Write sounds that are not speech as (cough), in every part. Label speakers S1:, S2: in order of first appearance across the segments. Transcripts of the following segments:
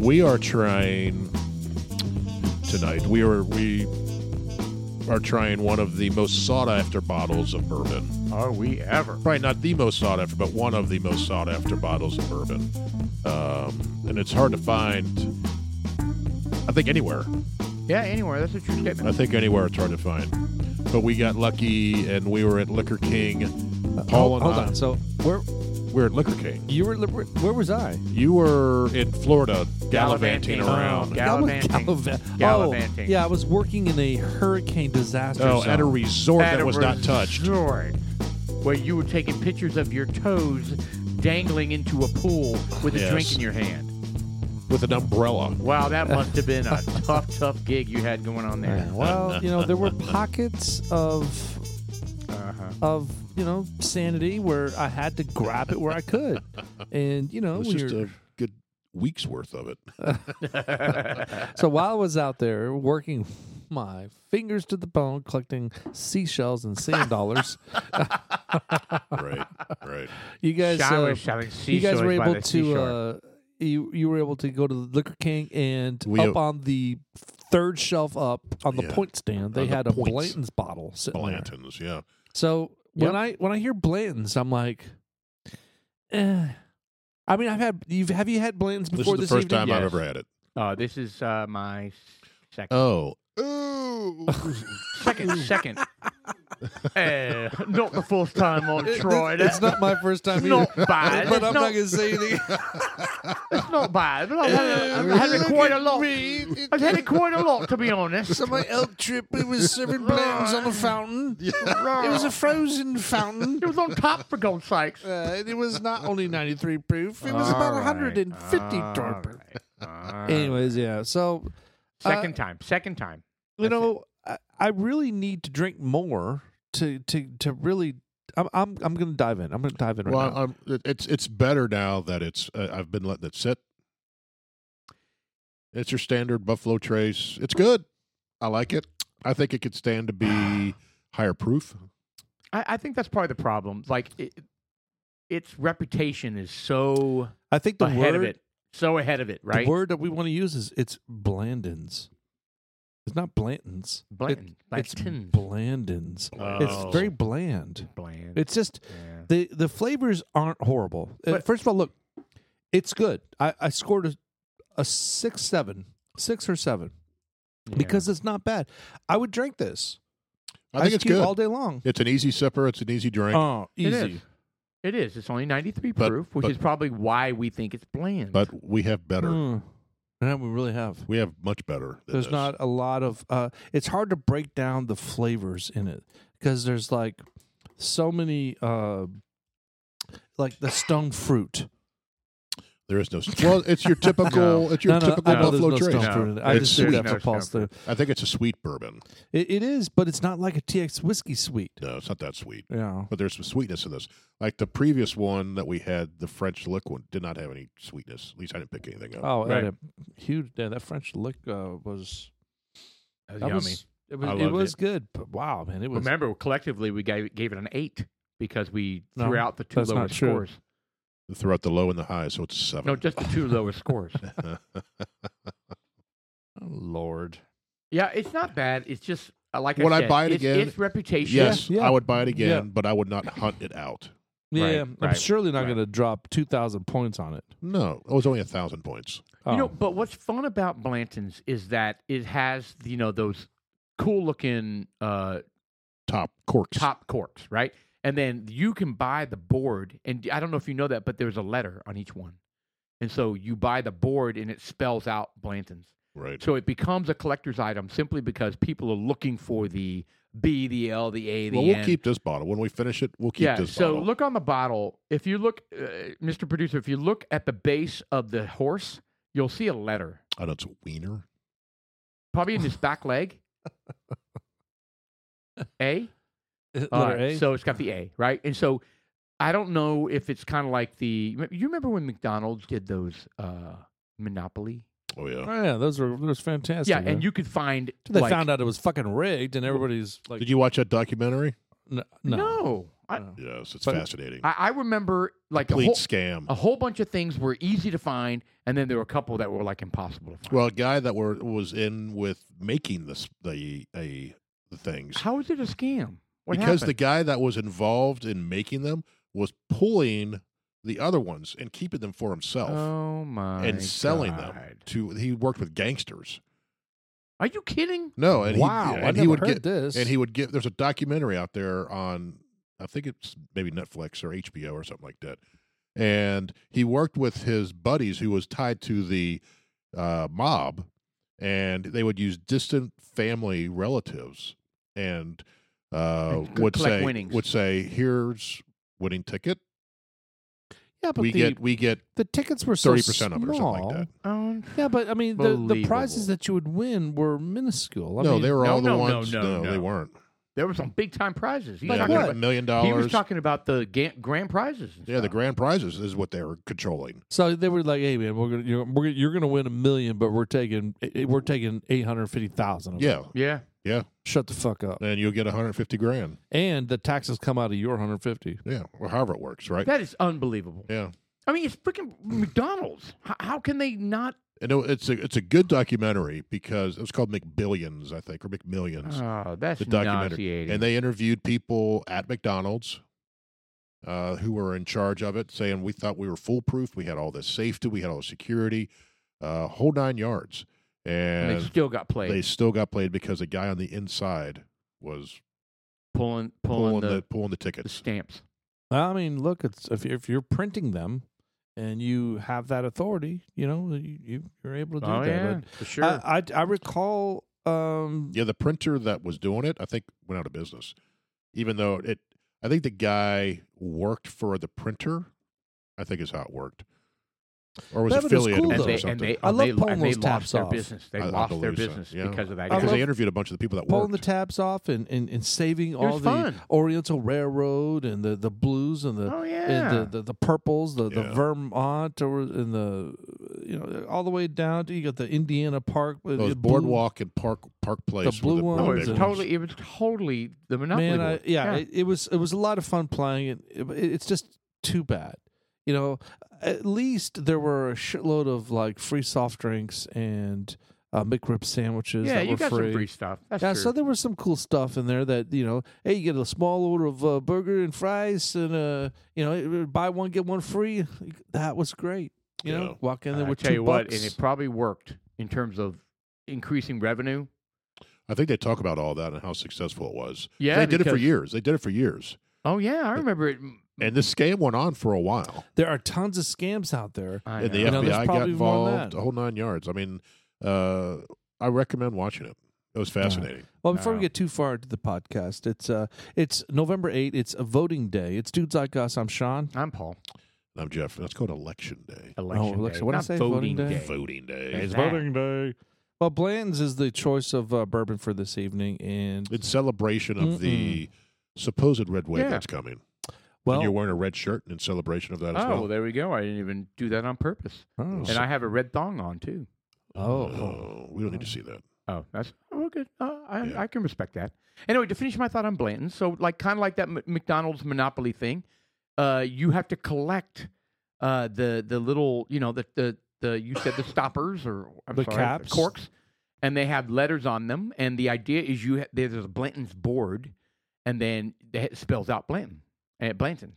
S1: we are trying tonight. We are we are trying one of the most sought after bottles of bourbon.
S2: Are we ever?
S1: Probably not the most sought after, but one of the most sought after bottles of bourbon. Um, and it's hard to find. I think anywhere.
S2: Yeah, anywhere. That's a true statement.
S1: I think anywhere it's hard to find. But we got lucky, and we were at Liquor King. Paul
S3: Uh,
S1: and
S3: hold, hold
S1: I-
S3: on. So where
S1: We're at Liquor King.
S3: you were? Where, where was I?
S1: You were in Florida gallivanting,
S2: Gallivanting.
S1: around.
S2: Oh, Gallivanting.
S3: I was galliva-
S2: Gallivanting.
S3: (laughs) Oh, yeah, I was working in a hurricane disaster.
S1: Oh,
S3: zone.
S1: at a resort
S2: At
S1: that
S2: a
S1: was not touched.
S2: resort Where you were taking pictures of your toes dangling into a pool with a drink
S1: Yes.
S2: in your hand.
S1: With an umbrella.
S2: Wow, that must have been
S3: (laughs)
S2: a tough, tough gig you had going on there.
S1: (laughs)
S3: Yeah, well, you know, there were pockets of
S2: Uh-huh.
S3: of you know sanity where I had to grab it where I could, and you know,
S1: It was
S3: when
S1: just
S3: you're-
S1: a good week's worth of (laughs) it.
S3: so while I was out there working my fingers to the bone collecting seashells and sand dollars,
S1: right, right.
S3: you guys,
S2: Shower
S3: uh,
S2: shouting
S3: you guys
S2: seashores
S3: were
S2: by
S3: able
S2: the
S3: to.
S2: seashore.
S3: Uh, you, you were able to go to the Liquor King and
S1: We-
S3: up on the third shelf up on the
S1: Yeah.
S3: point stand they
S1: On the
S3: had a
S1: points.
S3: Blanton's bottle sitting there.
S1: Blantons, yeah.
S3: So
S2: Yep.
S3: when I when I hear Blanton's, I'm like, eh. I mean, I've had you've have you had Blanton's
S1: This
S3: before
S1: is the
S3: this,
S1: first
S3: evening?
S1: time I've
S2: Yes.
S1: ever had it.
S2: Uh, this is uh, my second,
S3: Uh,
S1: Oh. (laughs) Ooh.
S2: second,
S3: (laughs)
S2: second. Eh, not the first time on
S3: (laughs)
S2: Troy. That's
S3: It's not my first
S1: (laughs)
S3: time either,
S2: not bad.
S3: but
S2: It's not-
S3: I'm not gonna say anything.
S2: It's not bad. But I've had, it- I've had it quite a lot. I've had it quite a lot, to be honest.
S3: So (laughs) my elk trip, it was serving Blanton's on
S1: (laughs)
S3: a fountain. It was a frozen fountain.
S2: It was on top, for God's sakes.
S3: Uh, and it
S2: (laughs)
S3: was not only 93 proof; it was about 150 torp. Anyways, yeah. So
S2: Second time. Second time.
S3: you
S2: That's it.
S3: know, I, I really need to drink more to to to really. I'm I'm, I'm going to dive in. I'm going to dive in right
S1: Well,
S3: now.
S1: I'm, it- it's it's better now that it's uh, I've been letting it sit. It's your standard Buffalo Trace. It's good. I like it. I think it could stand to be higher proof.
S2: I, I think that's part of the problem. Like, it, its reputation is so
S3: I think the
S2: ahead
S3: word
S2: of it. So ahead of it, right?
S3: the word that we want to use is it's Blandins. It's not Blantons. It-
S2: Blanton.
S3: it's
S2: Blanton.
S3: Blandins.
S2: Oh.
S3: It's very bland.
S2: bland.
S3: It's just
S2: yeah.
S3: the the flavors aren't horrible. Uh,
S2: But-
S3: First of all, look, it's good. I, I scored a a six seven, six or seven because it's not bad. I would drink this.
S1: I think
S3: Ice
S1: it's
S3: Cube
S1: good.
S3: all day long.
S1: It's an easy sipper. It's an easy drink.
S3: Oh,
S2: Yeah.
S3: easy.
S2: It is. It is. It's only 93
S1: But-
S2: proof, which
S1: but-
S2: is probably why we think it's bland.
S1: but we have better.
S3: Mm. Yeah, we really have.
S1: We have much better. Than
S3: There's
S1: this.
S3: not a lot of. Uh, it's hard to break down the flavors in it because there's like so many, uh, like the stone fruit.
S1: There is no. Well, it's your typical. It's your
S3: No, no,
S1: typical
S3: I know
S1: Buffalo
S3: there's no
S1: Trace.
S3: stone
S2: No.
S3: fruit. In it. I
S1: It's
S3: just did
S1: sweet.
S3: that for
S2: No
S3: Paul's.
S2: stone
S3: Thing.
S1: I think it's a sweet bourbon.
S3: It, it is, but it's not like a TX whiskey sweet.
S1: No, it's not that sweet.
S3: Yeah.
S1: But there's some sweetness in this. Like the previous one that we had, the French liquid did not have any sweetness. At least I didn't pick anything up.
S3: Oh,
S2: Right.
S3: and a huge. Yeah, that French lick uh, was.
S2: That was
S3: that
S2: yummy.
S3: was- it
S2: I
S3: was. It
S2: loved
S3: was
S2: it.
S3: good, but wow, man, it was.
S2: Remember, collectively, we gave, gave it an 8 because we
S3: No,
S2: threw out the two
S3: that's
S2: lowest
S3: not true.
S2: scores.
S1: Throughout the low and the high, so it's a seven.
S2: Oh.
S1: Uh-huh.
S2: No,
S1: (laughs)
S2: just the
S3: (laughs)
S2: two lowest scores.
S3: Oh, Lord.
S2: Yeah, it's not bad. It's just, uh, like
S1: Would
S2: I
S1: I
S2: said,
S1: buy it
S2: it's,
S1: again?
S2: Its reputation.
S1: yes,
S3: Yeah.
S1: I would buy it again,
S3: Yeah.
S1: but I would not hunt it out.
S3: Yeah,
S2: Right,
S3: I'm
S2: right,
S3: surely not
S2: right.
S3: going to drop two thousand points on it.
S1: No, it was only a thousand points.
S3: Oh.
S2: You know, but what's fun about Blanton's is that it has, you know, those cool looking uh,
S1: Top corks.
S2: top corks, right? And then you can buy the board, and I don't know if you know that, but there's a letter on each one, and so you buy the board, and it spells out Blanton's.
S1: Right.
S2: So it becomes a collector's item simply because people are looking for the B, the L, the A, the
S1: well, we'll
S2: N.
S1: keep this bottle when we finish it. We'll keep
S2: yeah.
S1: this
S2: So
S1: bottle.
S2: look on the bottle. If you look, uh, Mr. Producer, if you look at the base of the horse, you'll see a letter,
S1: I know it's a wiener.
S2: probably in his
S1: (laughs)
S2: back leg.
S1: (laughs)
S2: A.
S3: Uh, Letter
S2: All right,
S3: A?
S2: uh, So it's got the A, right? And so I don't know if it's kind of like the. You remember when McDonald's did those uh, Monopoly?
S1: Oh yeah.
S3: Oh, yeah, those were those fantastic.
S2: yeah,
S3: man.
S2: and you could find.
S3: They
S2: like-
S3: found out it was fucking rigged, and everybody's like,
S1: Did you watch that documentary?
S3: "N-
S2: No.
S3: "No,
S1: Uh,
S3: Uh,
S2: I-
S3: Yeah.
S1: Yes, it's
S3: But-
S1: fascinating.
S2: I, I remember like a
S1: Complete
S2: whole,
S1: scam.
S2: a whole bunch of things were easy to find, and then there were a couple that were like impossible to find.
S1: Well, a guy that were was in with making this the a the things
S2: how is it a scam? What
S1: because the
S2: happened?
S1: guy that was involved in making them was pulling the other ones and keeping them for himself
S2: oh my
S1: and selling them
S2: God.
S1: to. He worked with gangsters.
S2: Are you kidding?
S1: No, and
S3: wow,
S1: he, and
S3: I never
S1: he would
S3: heard
S1: get
S3: this.
S1: and he would get. There's a documentary out there on I think it's maybe Netflix or HBO or something like that. And he worked with his buddies who was tied to the uh, mob, and they would use distant family relatives and uh,
S2: And c-
S1: would
S2: collect
S1: say
S2: winnings.
S1: would say here's winning ticket.
S3: yeah, but
S1: we
S3: the,
S1: get we get
S3: the tickets were so
S1: thirty percent of it or something like
S3: small.
S1: that.
S2: Um,
S3: Yeah, but I mean, the, the
S2: Believable.
S3: prizes that you would win were minuscule. I
S1: no,
S3: mean,
S1: they were
S2: no,
S1: all the
S2: no, no,
S1: ones.
S2: no,
S1: they
S2: no.
S1: weren't.
S2: there were some big time prizes. He's
S1: yeah,
S3: Like
S2: talking
S1: they were
S3: what?
S1: a million
S2: about- He was
S1: dollars.
S2: talking about the ga- grand prizes. and
S1: Yeah, the
S2: stuff.
S1: grand prizes is what they were controlling.
S3: So they were like, "Hey man, we're gonna you're, we're, gonna- you're gonna win a million, but we're taking eh, we're taking eight hundred fifty thousand.
S1: Yeah,
S2: Yeah,
S3: shut the fuck up.
S1: and you'll get 150 grand.
S3: And the taxes come out of your hundred fifty.
S1: Yeah, or however it works, right?
S2: that is unbelievable.
S1: yeah,
S2: I mean, it's freaking McDonald's. How, how can they not?
S1: and it- it's a it's a good documentary because it was called McBillions, I think, or McMillions,
S2: Oh, that's
S1: the documentary,
S2: nauseating.
S1: and they interviewed people at McDonald's uh, who were in charge of it, saying we thought we were foolproof, we had all this safety, we had all the security, uh, whole nine yards,
S2: And they
S1: and
S2: still got played.
S1: they still got played because the guy on the inside was
S2: pulling, pulling,
S1: pulling
S2: the,
S1: the, pulling the
S2: the
S1: tickets.
S2: stamps.
S3: I mean, look, it's if you're, if you're printing them and you have that authority, you know, you, you you're able to do
S2: Oh
S3: that.
S2: yeah,
S3: But
S2: for sure.
S3: I, I I recall. Um,
S1: Yeah, the printer that was doing it, I think, went out of business. Even though it, I think the guy worked for the printer. I think is how it worked, or was
S3: That would've been
S1: affiliated
S3: cool,
S1: with it or
S2: and
S3: though.
S2: they, and
S1: something.
S2: they,
S3: I
S2: and
S3: love
S2: they,
S3: pulling
S2: and they
S3: those
S2: lost
S3: tabs
S2: their
S3: off.
S2: business. They
S1: I- I
S2: lost their
S1: believe so,
S2: business
S1: yeah.
S2: because of that.
S3: I
S1: because
S2: guy.
S1: they
S3: love-
S1: interviewed a bunch of the people that
S3: pulling the
S1: worked.
S3: tabs off and, and, and saving
S2: it was
S3: all the
S2: fun.
S3: Oriental Railroad and the, the blues and the
S2: oh yeah.
S3: and the, the, the purples, the, the
S1: Yeah.
S3: Vermont, or and the you know all the way down to you got the Indiana Park, uh,
S1: Those
S3: the blue-
S1: boardwalk and park park place. were
S3: blue
S1: were
S2: no,
S3: ones
S2: Oh, it was
S1: big
S3: and-
S2: totally. It was totally the monopoly.
S3: Man, I,
S2: board.
S3: yeah, It, it was it was a lot of fun playing it. It- It's just too bad, you know. At least there were a shitload of like free soft drinks and uh, McRib sandwiches.
S2: yeah.
S3: that
S2: You
S3: were
S2: got
S3: free.
S2: some free stuff. That's
S3: yeah,
S2: true.
S3: so there was some cool stuff in there that you know, hey, you get a small order of uh, burger and fries, and uh, you know, buy one get one free. That was great. You
S1: Yeah.
S3: know, walk in there
S2: I
S3: with
S2: tell
S3: two
S2: you what,
S3: bucks.
S2: and it probably worked in terms of increasing revenue.
S1: I think they talk about all that and how successful it was.
S2: Yeah,
S1: they did it for
S2: because-
S1: years. They did it for years,
S2: Oh yeah, I remember it.
S1: and this scam went on for a while.
S3: there are tons of scams out there.
S2: I
S1: And the
S2: know.
S3: know, there's
S1: FBI got
S3: probably more than
S1: involved,
S3: that.
S1: a whole nine yards. I mean, uh, I recommend watching it. It was fascinating.
S3: Well, before
S2: Wow.
S3: we get too far into the podcast, it's uh, it's November 8th. It's a voting day. It's dudes like us. I'm Sean.
S2: I'm Paul.
S1: I'm Jeff. Let's go to election day.
S2: Election
S3: election-
S2: day,
S3: Oh, what did I
S2: not
S3: say,
S2: voting
S3: voting
S2: day.
S3: day?
S1: Voting day.
S2: It's
S1: It's,
S2: Nah. voting
S3: day. Well, Blanton's is the choice of uh, bourbon for this evening, and
S1: celebration of the supposed red wave
S2: Yeah.
S1: that's coming.
S3: well, oh,
S1: and you're wearing a red shirt in celebration of that as
S2: Oh,
S1: well.
S2: there we go. I didn't even do that on purpose.
S3: oh,
S2: And I have a red thong on too.
S3: oh,
S1: Oh, we don't need to see that.
S2: Oh, that's oh, good. Uh, I,
S1: Yeah.
S2: I can respect that. Anyway, to finish my thought on Blanton, so like kind of like that M- McDonald's Monopoly thing, uh, you have to collect uh, the the little you know the the, the you said the stoppers or I'm
S3: The
S2: sorry,
S3: caps.
S2: corks, and they have letters on them, and the idea is you ha- there's a Blanton's board, and then it spells out Blanton, uh, Blanton,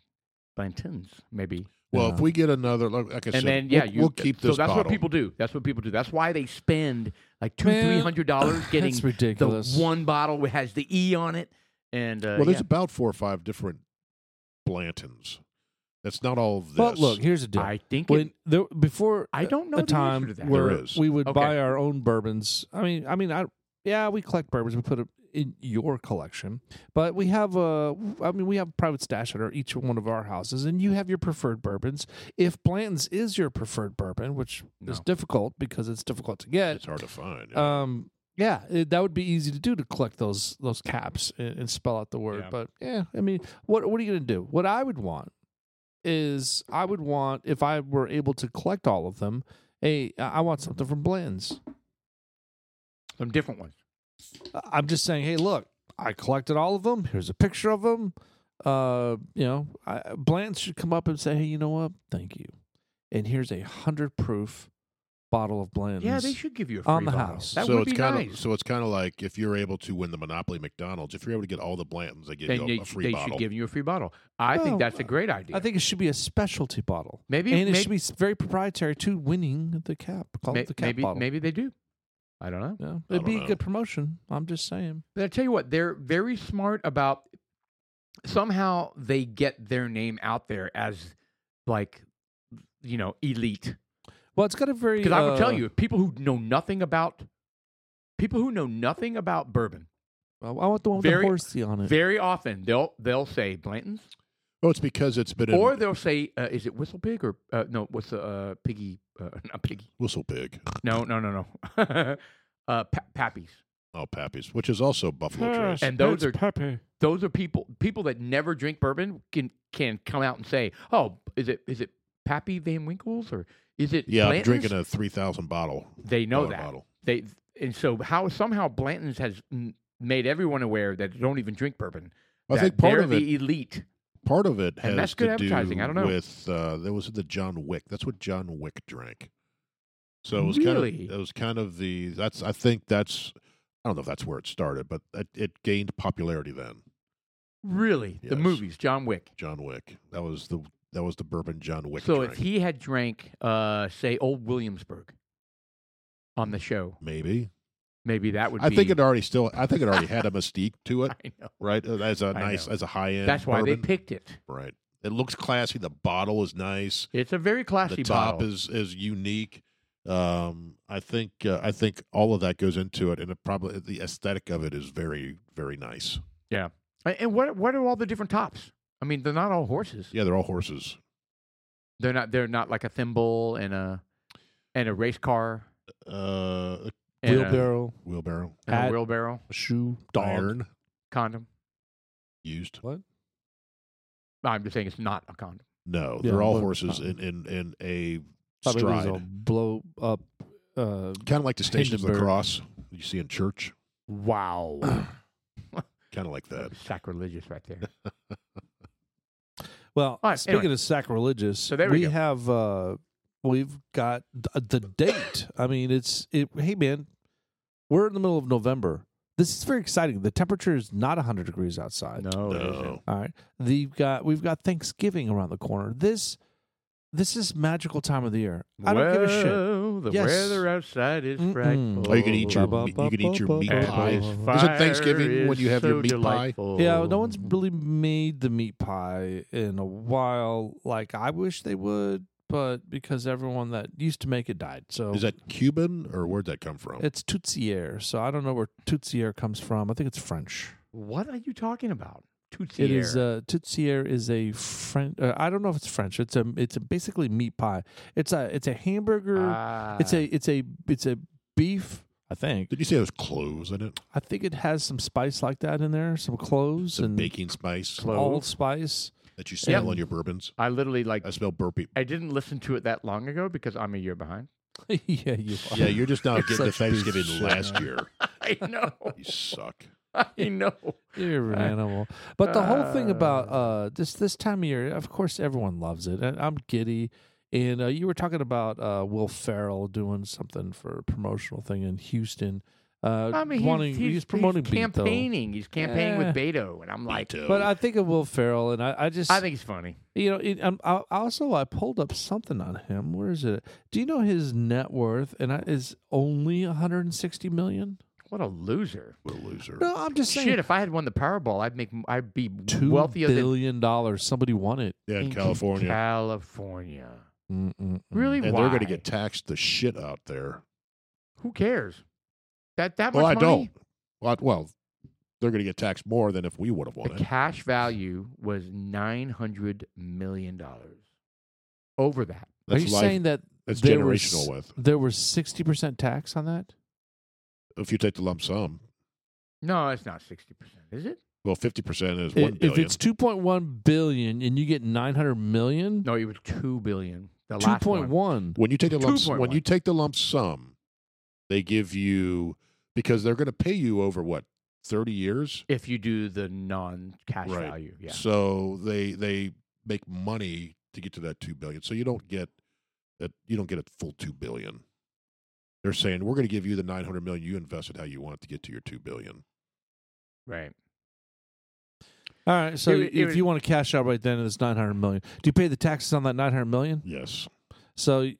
S2: Blanton's maybe
S1: Well, if
S3: Yeah.
S1: we get another, like I said,
S2: and then yeah,
S1: we'll,
S2: you,
S1: we'll keep
S2: so
S1: this
S2: that's what
S1: bottle.
S2: people do. That's what people do. That's why they spend like two,
S3: Man,
S2: three
S1: (laughs)
S2: hundred dollars getting
S3: (laughs) that's
S2: the
S3: ridiculous.
S2: one bottle that has the E on it. And uh,
S1: well, there's
S2: yeah.
S1: about four or five different Blantons. That's not all of this.
S3: but look, here's the deal.
S2: I think it,
S3: when there, before
S2: I don't know
S3: a
S2: the
S3: time
S2: answer to that.
S3: where
S1: There is.
S3: we would
S2: Okay.
S3: buy our own bourbons. I mean, I mean, I yeah, we collect bourbons. We put it in your collection, but we have a. I mean, we have a private stash at our, each one of our houses, and you have your preferred bourbons. If Blanton's is your preferred bourbon, which is
S2: No.
S3: difficult because it's difficult to get,
S1: it's hard to find.
S2: uh,
S3: um, yeah, it, that would be easy to do to collect those those caps and, and spell out the word.
S2: Yeah.
S3: But yeah, I mean, what what are you going to do? What I would want is I would want if I were able to collect all of them. Hey, I I want something from Blends.
S2: some different ones.
S3: I'm just saying. Hey, look, I collected all of them. Here's a picture of them. uh, you know, I, Blanton should come up and say, "Hey, you know what? Thank you." And here's a hundred proof bottle of Blanton's.
S2: Yeah, they should give you a free
S3: On the
S2: bottle.
S3: house.
S2: That
S1: so
S2: would
S1: it's
S2: be
S1: kind of
S2: nice.
S1: so it's kind of like if you're able to win the Monopoly McDonald's, if you're able to get all the Blantons, they give
S2: Then
S1: you a,
S2: they,
S1: a free
S2: they
S1: bottle.
S2: should give you a free bottle. I
S3: Well,
S2: think that's a great idea.
S3: I think it should be a specialty bottle,
S2: maybe
S3: and it
S2: maybe
S3: should be s- very proprietary to winning the cap. Call
S2: may-
S3: it the cap
S2: maybe,
S3: bottle.
S2: maybe they do. I don't know.
S3: Yeah,
S1: I
S3: it'd be
S1: don't
S3: a
S1: know.
S3: good promotion. I'm just saying.
S2: But I tell you what, they're very smart about somehow they get their name out there as like you know elite.
S3: Well, it's got a very
S2: Because I will tell
S3: uh,
S2: you, people who know nothing about people who know nothing about bourbon,
S3: I I want the one with
S2: Very-
S3: the horsey on it.
S2: very often they'll they'll say Blanton's,
S1: oh, it's because it's been in
S2: or they'll say uh, is it Whistle Pig or uh, no what's the uh, piggy uh, (laughs) not piggy
S1: Whistle Pig,
S2: no no no no (laughs) uh, pa- Pappies.
S1: oh Pappy's, which is also Buffalo Trace.
S2: And those are-
S3: peppy.
S2: Those are people people that never drink bourbon can can come out and say, oh, is it is it Pappy Van Winkle's or is it
S1: Yeah, I'm
S2: Blanton's?
S1: drinking a three thousand bottle.
S2: They know
S1: dollar
S2: that.
S1: bottle.
S2: They and so how somehow Blanton's has m- made everyone aware that they don't even drink bourbon.
S1: I
S2: that
S1: think part
S2: they're
S1: of it,
S2: the elite.
S1: part of it has
S2: And that's
S1: to
S2: good advertising.
S1: do
S2: I don't know.
S1: with uh, there was the John Wick. That's what John Wick drank. So it was
S2: Really?
S1: kind of it was kind of the that's I think that's I don't know if that's where it started, but it, it gained popularity then.
S2: Really, the
S1: Yes.
S2: movies, John Wick.
S1: John Wick. That was the that was the bourbon John Wick.
S2: so
S1: drank.
S2: if he had drank, uh, say, Old Williamsburg on the show,
S1: maybe
S2: maybe that would.
S1: I
S2: be,
S1: think it already still I think it already had a mystique to it,
S2: (laughs) I know.
S1: right? As a
S2: I
S1: nice
S2: know.
S1: as a high end.
S2: That's why
S1: bourbon.
S2: they picked it.
S1: right. It looks classy. The bottle is nice.
S2: It's a very classy
S1: the top
S2: bottle.
S1: is is unique. Um, I think uh, I think all of that goes into it, and it probably the aesthetic of it is very very nice.
S2: A- and what what are all the different tops? I mean, they're not all horses.
S1: Yeah, they're all horses.
S2: They're not. They're not like a thimble and a and a race car
S1: Uh,
S2: and, a,
S3: Wheelbarrow,
S1: wheelbarrow,
S2: and a
S3: Hat.
S2: wheelbarrow
S3: shoe, dog.
S1: iron
S2: condom.
S1: used.
S2: I'm just saying it's not a condom.
S1: No,
S3: Yeah,
S1: they're all
S3: but-
S1: horses
S2: uh,
S1: in in in a
S3: Probably there's a
S1: stride,
S3: blow up. Uh,
S1: kind of like the stations of the
S3: Hindenburg.
S1: cross you see in church,
S2: (clears throat) Wow,
S1: kind of like that.
S2: sacrilegious right
S1: (laughs)
S2: there.
S3: well,
S2: right,
S3: speaking
S2: anyway.
S3: of sacrilegious,
S2: So there we
S3: we,
S2: go.
S3: have uh, we've got th- uh, the date. I mean, it's it. Hey, man, we're in the middle of November. This is very exciting. The temperature is not 100 degrees outside.
S2: No, it isn't.
S1: No,
S3: All right. The got we've got Thanksgiving around the corner. This this is magical time of the year. I don't give a shit.
S2: Well, The
S3: Yes.
S2: weather outside is
S3: Mm-mm.
S2: frightful.
S1: Oh, you can eat your-
S3: Ba-
S1: you
S3: ba-
S1: can eat your
S3: ba-
S1: meat
S3: ba-
S2: And
S1: pie.
S2: this
S3: ba-
S1: Isn't
S2: fire
S1: Thanksgiving when you
S2: is
S1: have your
S2: so
S1: meat pie?
S2: delightful.
S3: Yeah, no one's really made the meat pie in a while. Like I wish they would, but because everyone that used to make it died. So
S1: is that Cuban or where'd that come from?
S3: it's Tootsier. So I don't know where Tootsier comes from. I think it's French.
S2: What are you talking about? Tootsie
S3: It is uh, Tootsier is a French. Uh, I don't know if it's French. It's a it's a basically meat pie. It's a it's a hamburger.
S2: Ah.
S3: It's a it's a it's a beef. I think.
S1: Did you say there's cloves in it?
S3: I think it has some spice like that in there, some cloves
S1: Some
S3: and
S1: baking spice
S2: Clove.
S3: allspice.
S1: that you smell
S2: Yep.
S1: on your bourbons?
S2: I literally like.
S1: I smell burpee.
S2: I didn't listen to it that long ago because I'm a year behind.
S3: (laughs)
S2: (laughs)
S3: yeah, you are.
S1: Yeah, you're
S3: (laughs)
S1: just now
S3: You're
S1: getting to
S3: such a piece of
S1: Thanksgiving
S3: shit,
S1: last
S3: man.
S1: year.
S2: I
S3: (laughs)
S2: know.
S1: You suck.
S2: I know.
S3: You're an
S2: Uh,
S3: animal. But the whole thing about
S2: uh,
S3: uh, this this time of year, of course, everyone loves it, and I'm giddy. And uh, you were talking about uh, Will Farrell doing something for a promotional thing in Houston. Uh,
S2: I mean, he's,
S3: wanting,
S2: he's,
S3: promoting
S2: he's
S3: Beat, though.
S2: campaigning. he's campaigning
S3: Yeah.
S2: with Beto, and I'm like,
S1: Beto.
S3: But I think of Will Farrell, and I, I just
S2: I think he's funny.
S3: You know, it, um, I, I also I pulled up something on him. Where is it? Do you know his net worth? And I, is only 160 million.
S2: What a loser!
S1: what a loser.
S3: No, I'm just saying.
S2: Shit, if I had won the Powerball, I'd make. I'd be
S3: Two
S2: wealthier than
S3: billion dollars. Somebody won it.
S1: Yeah, in California. Mm.
S2: California.
S3: Mm-mm-mm.
S2: Really?
S1: and
S2: Why?
S1: they're going to get taxed the shit out there.
S2: Who cares? That that much
S1: Well, I don't.
S2: money.
S1: Well, I- well, they're going to get taxed more than if we would have won
S2: The
S1: it.
S2: cash value was nine hundred million dollars. Over that,
S3: Are
S1: That's
S3: you
S1: life.
S3: saying that
S1: that's
S3: there
S1: generational
S3: was-
S1: with.
S3: there was 60 percent tax on that?
S1: If you take the lump sum,
S2: no, it's not sixty percent, is it?
S1: well, 50% is
S3: I-
S1: 1
S3: if
S1: billion.
S3: it's 2.1 billion and you get 900 million,
S2: No, it was two billion. The last one.
S3: 2.1.
S1: when you take the lump s- when
S2: 2.1.
S1: you take the lump sum, they give you because they're going to pay you over what 30 years.
S2: If you do the non-cash
S1: Right.
S2: value, yeah.
S1: So they they make money to get to that 2 billion. So you don't get that you don't get a full 2 billion. They're saying we're going to give you the 900 million you invested how you want it to get to your 2 billion.
S2: Right.
S3: All right. So
S2: It would- it
S3: if
S2: would-
S3: you want to cash out right then, it's nine hundred million. Do you pay the taxes on that nine hundred million?
S1: Yes.
S3: So,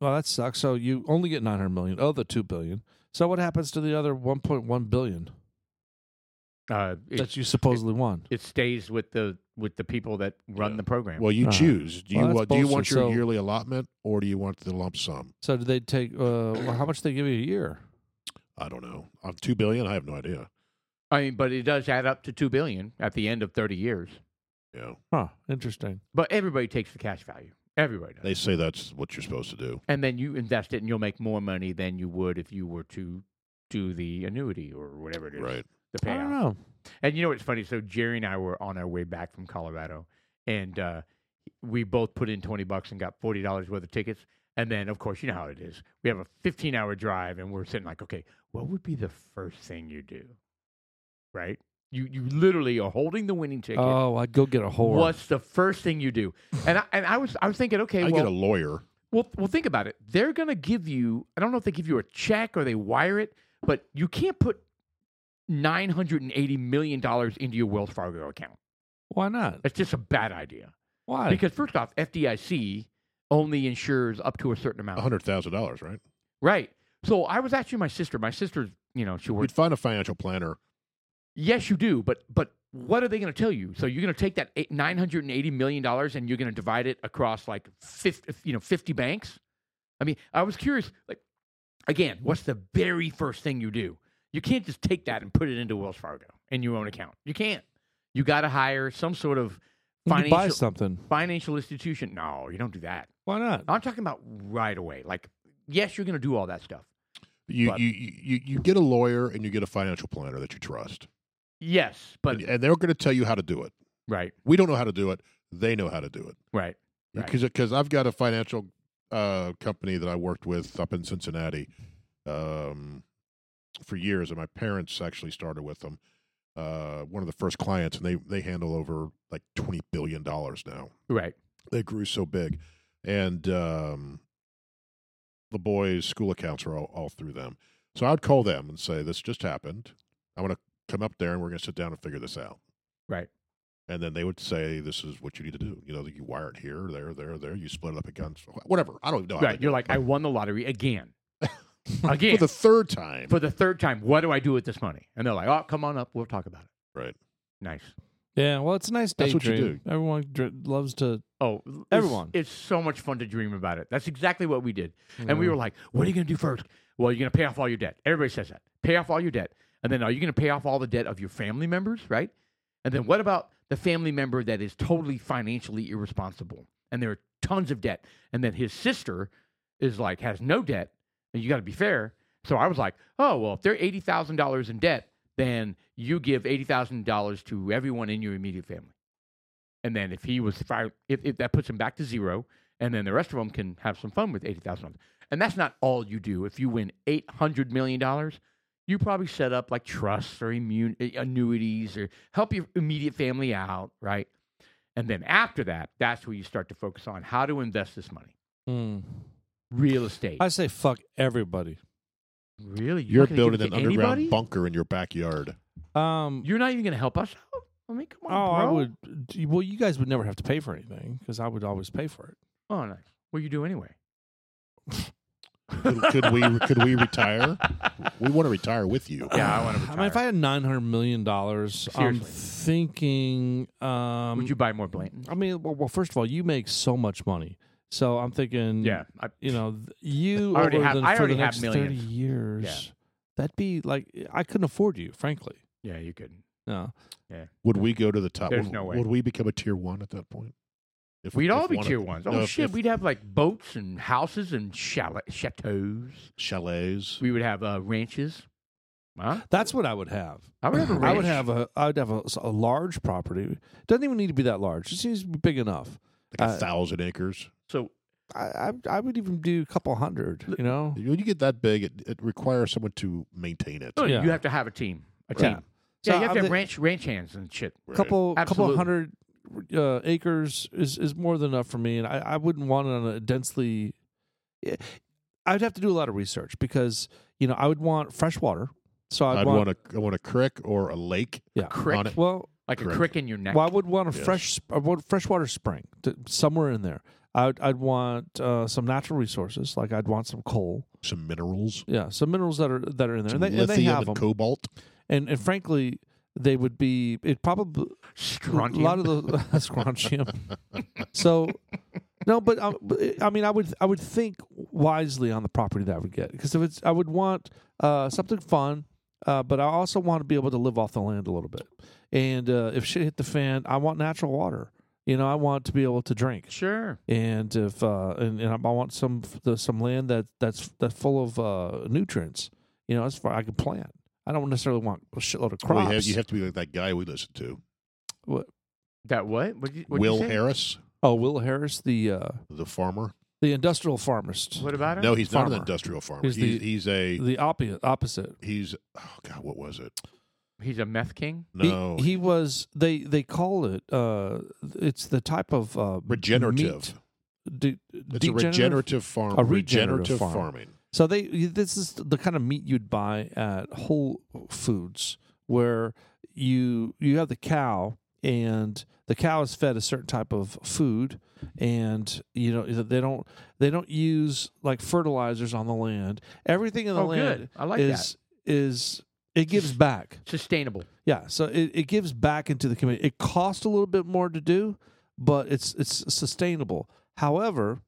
S3: well, that sucks. So you only get nine hundred million of the two billion. So what happens to the other one point one billion
S2: Uh, it,
S3: that you supposedly won?
S2: it stays with the with the people that run
S1: Yeah.
S2: the program.
S1: Well, you
S3: Uh-huh.
S1: choose. Do you
S3: Well, that's
S1: want do you
S3: bullshit.
S1: want your
S3: So-
S1: yearly allotment or do you want the lump sum?
S3: So do they take? Uh, well, how much they give you a year?
S1: I don't know. On 2 billion, I have no idea.
S2: I mean, but it does add up to two billion at the end of thirty years.
S1: Yeah.
S3: Huh. Interesting.
S2: But everybody takes the cash value. Everybody does.
S1: They say that's what you're supposed to do.
S2: and then you invest it, and you'll make more money than you would if you were to do the annuity or whatever it is.
S1: Right.
S2: The
S3: I
S2: payout.
S3: don't know.
S2: And you know what's funny? So Jerry and I were on our way back from Colorado, and uh, we both put in twenty bucks and got forty dollars worth of tickets. And then, of course, you know how it is. We have a fifteen-hour drive, and we're sitting like, okay, what would be the first thing you do? Right? You you literally are holding the winning ticket.
S3: Oh, I'd go get a whore.
S2: What's the first thing you do? And I, and I was I was thinking, okay,
S1: I
S2: well,
S1: get a lawyer.
S2: well, well, think about it. They're going to give you, I don't know if they give you a check or they wire it, but you can't put $980 million into your Wells Fargo account.
S3: Why not?
S2: That's just a bad idea.
S3: Why?
S2: Because, first off, FDIC only insures up to a certain amount.
S1: $100,000, right?
S2: Right. So I was actually my sister. My sister's, you know, she
S1: You'd
S2: works.
S1: find a financial planner.
S2: Yes, you do, but but what are they going to tell you? So you're going to take that eight, $980 million and you're going to divide it across like 50, you know, 50 banks? I mean, I was curious, like, again, what's the very first thing you do? You can't just take that and put it into Wells Fargo in your own account. You can't. You got to hire some sort of
S3: You could buy
S2: financial-
S3: something.
S2: financial institution. No, you don't do that.
S3: Why not?
S2: I'm talking about right away. Like, yes, you're going to do all that stuff.
S1: You,
S2: But-
S1: you you you- you get a lawyer and you get a financial planner that you trust,
S2: Yes, but
S1: and, and they're going to tell you how to do it.
S2: right,
S1: We don't know how to do it; they know how to do it.
S2: right. Right.
S1: Because I've got a financial uh, company that I worked with up in Cincinnati um, for years, and my parents actually started with them. Uh, one of the first clients, and they they handle over like twenty billion dollars now.
S2: Right.
S1: they grew so big and um the boys school accounts are all, all through them so i'd call them and say this just happened i'm going to come up there and we're going to sit down and figure this out
S2: Right.
S1: and then they would say this is what you need to do you know you wire it here there there there you split it up against whatever i don't know how they
S2: Right.
S1: do
S2: You're
S1: it,
S2: like,
S1: but
S2: I won the lottery again.
S1: (laughs)
S2: again.
S1: for the third time
S2: third time, what do I do with this money? And they're like, oh, come on up. We'll talk about it.
S1: Right.
S2: Nice.
S3: Yeah. Well, it's a nice
S1: That's what you
S3: daydream. Everyone dr- loves to.
S2: Oh, l- it's-
S3: Everyone.
S2: It's, so much fun to dream about it. That's exactly what we did. And
S3: Mm-hmm.
S2: we were like, what are you going to do first? Well, you're going to pay off all your debt. Everybody says that. Pay off all your debt. And then are you going to pay off all the debt of your family members, right? And then what about the family member that is totally financially irresponsible and there are tons of debt? And then his sister is like, has no debt. And you got to be fair. So I was like, oh, well, if they're $80,000 in debt, then you give $80,000 to everyone in your immediate family. And then if he was, fi- if, if that puts him back to zero, and then the rest of them can have some fun with $80,000. And that's not all you do. If you win $800 million, you probably set up like trusts or immun- eh, annuities or help your immediate family out, right? And then after that, that's where you start to focus on how to invest this money.
S3: Mm.
S2: Real estate.
S3: I say fuck everybody.
S2: really?
S1: you're
S2: not gonna give
S1: building
S2: it
S1: an
S2: to
S1: underground
S2: anybody?
S1: bunker in your backyard
S3: Um.
S2: You're not even going to help us out? I mean, come on,
S3: oh, I
S2: bro.
S3: would. d- Well, you guys would never have to pay for anything because I would always pay for it.
S2: Oh, nice. What do you do anyway?
S1: could, could we could we retire we want to retire with you
S2: Yeah, I want to retire.
S3: (sighs) I mean, if I had nine hundred million dollars, I'm
S2: Seriously.
S3: thinking.
S2: (laughs)
S3: Um,
S2: Would you buy more Blanton?
S3: I mean, well, well, first of all, you make so much money, so I'm
S1: Mm,
S3: thinking.
S2: Yeah. I,
S3: You know, th- you
S2: I already
S3: over
S2: have-
S3: the,
S2: I
S3: for
S2: already
S3: the
S2: have
S3: next thirty
S2: millions.
S3: years, that'd be like I couldn't afford you, frankly.
S2: yeah, you could.
S3: No,
S1: Would we go to the top?
S2: There's
S1: would,
S2: no way.
S1: would we become a tier one at that point? If
S2: We'd all
S1: if
S2: be
S1: one of-
S2: tier ones. Oh
S1: no, if-
S2: shit,
S1: if
S2: we'd have like boats and houses and chalet- chateaus.
S1: chalets.
S2: We would have uh, ranches. Huh?
S3: that's what I would have.
S2: I would have a ranch.
S3: I would have a. I would have a, a large property. Doesn't even need to be that large. It seems to be big enough.
S1: Like a
S3: uh,
S1: thousand acres.
S2: So
S3: I, I I would even do a couple hundred. You know,
S1: When you get that big, it, it requires someone to maintain it.
S2: no,
S3: Yeah.
S2: you have Oh, to have a team. A
S3: Yeah.
S2: team. Yeah,
S3: So
S2: you have
S3: I'm
S2: to have
S3: the-
S2: ranch ranch hands and shit.
S1: Right.
S3: couple
S2: Absolutely.
S3: couple hundred uh, acres is is more than enough for me, and I, I wouldn't want it on a densely. Yeah, I'd have to do a lot of research because you know I would want fresh water, so I'd,
S1: I'd
S3: want,
S1: want a I want a creek or a lake.
S2: Crick,
S1: On it.
S3: well.
S2: like a
S1: Correct.
S2: crick in your neck.
S3: Well, I would want a
S1: Yes.
S3: fresh sp- I would freshwater spring to, somewhere in there. I'd I'd want uh, some natural resources, like I'd want some coal,
S1: Some minerals.
S3: yeah, some minerals that are that are in there,
S1: Some
S3: and they, and
S1: lithium
S3: they have them.
S1: and cobalt.
S3: and and frankly, they would be it probably
S2: Strontium.
S3: a lot of the (laughs) scrunchium. so no, but um, but it- I mean, I would I would think wisely on the property that I would get because if it's I would want uh, something fun, uh, but I also want to be able to live off the land a little bit. And uh, if shit hit the fan, I want natural water. You know, I want to be able to drink
S2: sure.
S3: and if uh, and, and I want some the, some land that that's that's full of uh, nutrients. You know, as far I can plant. I don't necessarily want a shitload of
S1: Well,
S3: crops.
S1: you, have, you have to be like that guy we listened to,
S2: That what? What'd you, what'd you
S1: Will
S2: say?
S1: Harris,
S3: oh, Will Harris, the uh,
S1: the farmer.
S3: the industrial farmist,
S2: What about him?
S1: No, he's not an
S3: Farmer.
S1: industrial farmer. He's
S3: He's the-
S1: he's, a
S3: the opposite opposite.
S1: he's oh god, what was it?
S2: he's a meth king.
S3: He-
S1: No,
S3: he, was. They they call it. Uh, it's the type of uh,
S1: regenerative.
S3: meat- de-
S1: It's a regenerative farm.
S3: A regenerative farm.
S1: farming.
S3: So they this is the kind of meat you'd buy at Whole Foods where you you have the cow and the cow is fed a certain type of food and you know they don't they don't use like fertilizers on the land. Everything in the
S2: Oh,
S3: land
S2: good. I like that.
S3: is is it gives back.
S2: Sustainable.
S3: Yeah, so it, it gives back into the community. It costs a little bit more to do, but it's it's sustainable. However,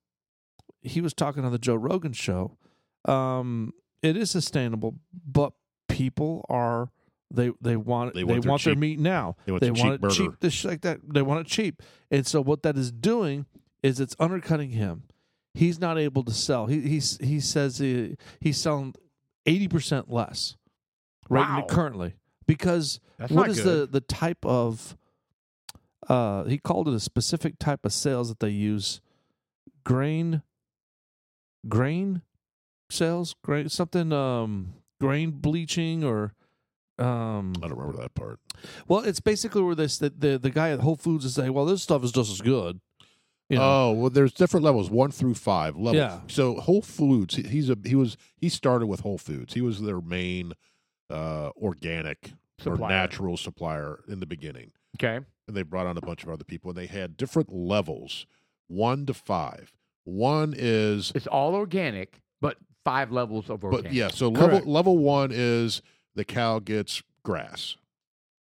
S3: he was talking on the Joe Rogan show. Um, it is sustainable, but people are they they want
S1: They
S3: they,
S1: want their
S3: want their
S1: cheap-
S3: meat now.
S1: They want
S3: They
S1: the cheap
S3: want it
S1: burger.
S3: cheap, this like that. They want it cheap, and so what that is doing is it's undercutting him. He's not able to sell. He he's, he says he, he's selling eighty percent less right now-
S2: Wow.
S3: currently because
S2: That's
S3: what
S2: not
S3: is
S2: good.
S3: the the type of uh he called it a specific type of sales that they use grain grain sales grain something um grain bleaching or um
S2: Uh,
S1: I don't remember that part.
S3: well it's basically where this the the, the guy at Whole Foods is saying well this stuff is just as good you know
S1: Oh well, there's different levels, one through five levels.
S3: Yeah.
S1: So Whole Foods, he- he's a he was he started with Whole Foods. He was their main uh, organic or
S2: Supplier.
S1: natural supplier in the beginning,
S2: Okay.
S1: and they brought on a bunch of other people, and they had different levels, one to five. One is,
S2: It's all organic, but five levels of organic.
S1: but yeah. So level
S3: Correct.
S1: level one is the cow gets grass.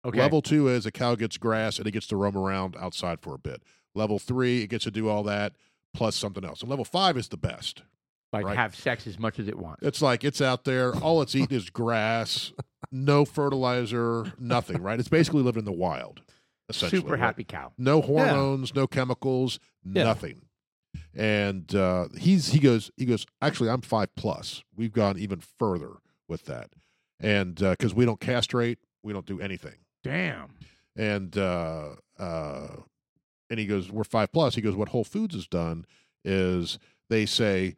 S2: Okay.
S1: Level two is a cow gets grass and it gets to roam around outside for a bit. Level three, it gets to do all that plus something else. And level five is the best.
S2: like
S1: right.
S2: have sex as much as it wants.
S1: It's like it's out there. All it's eating is grass, no fertilizer, nothing. Right? It's basically living in the wild. Essentially,
S2: Super
S1: right?
S2: happy cow.
S1: No hormones, no chemicals,
S3: Yeah.
S1: nothing. And uh, he's he goes he goes. Actually, I'm five plus. We've gone even further with that, and because we don't castrate, we don't do anything
S2: Damn.
S1: and uh, uh, and he goes, "We're five plus." He goes, "What Whole Foods has done is they say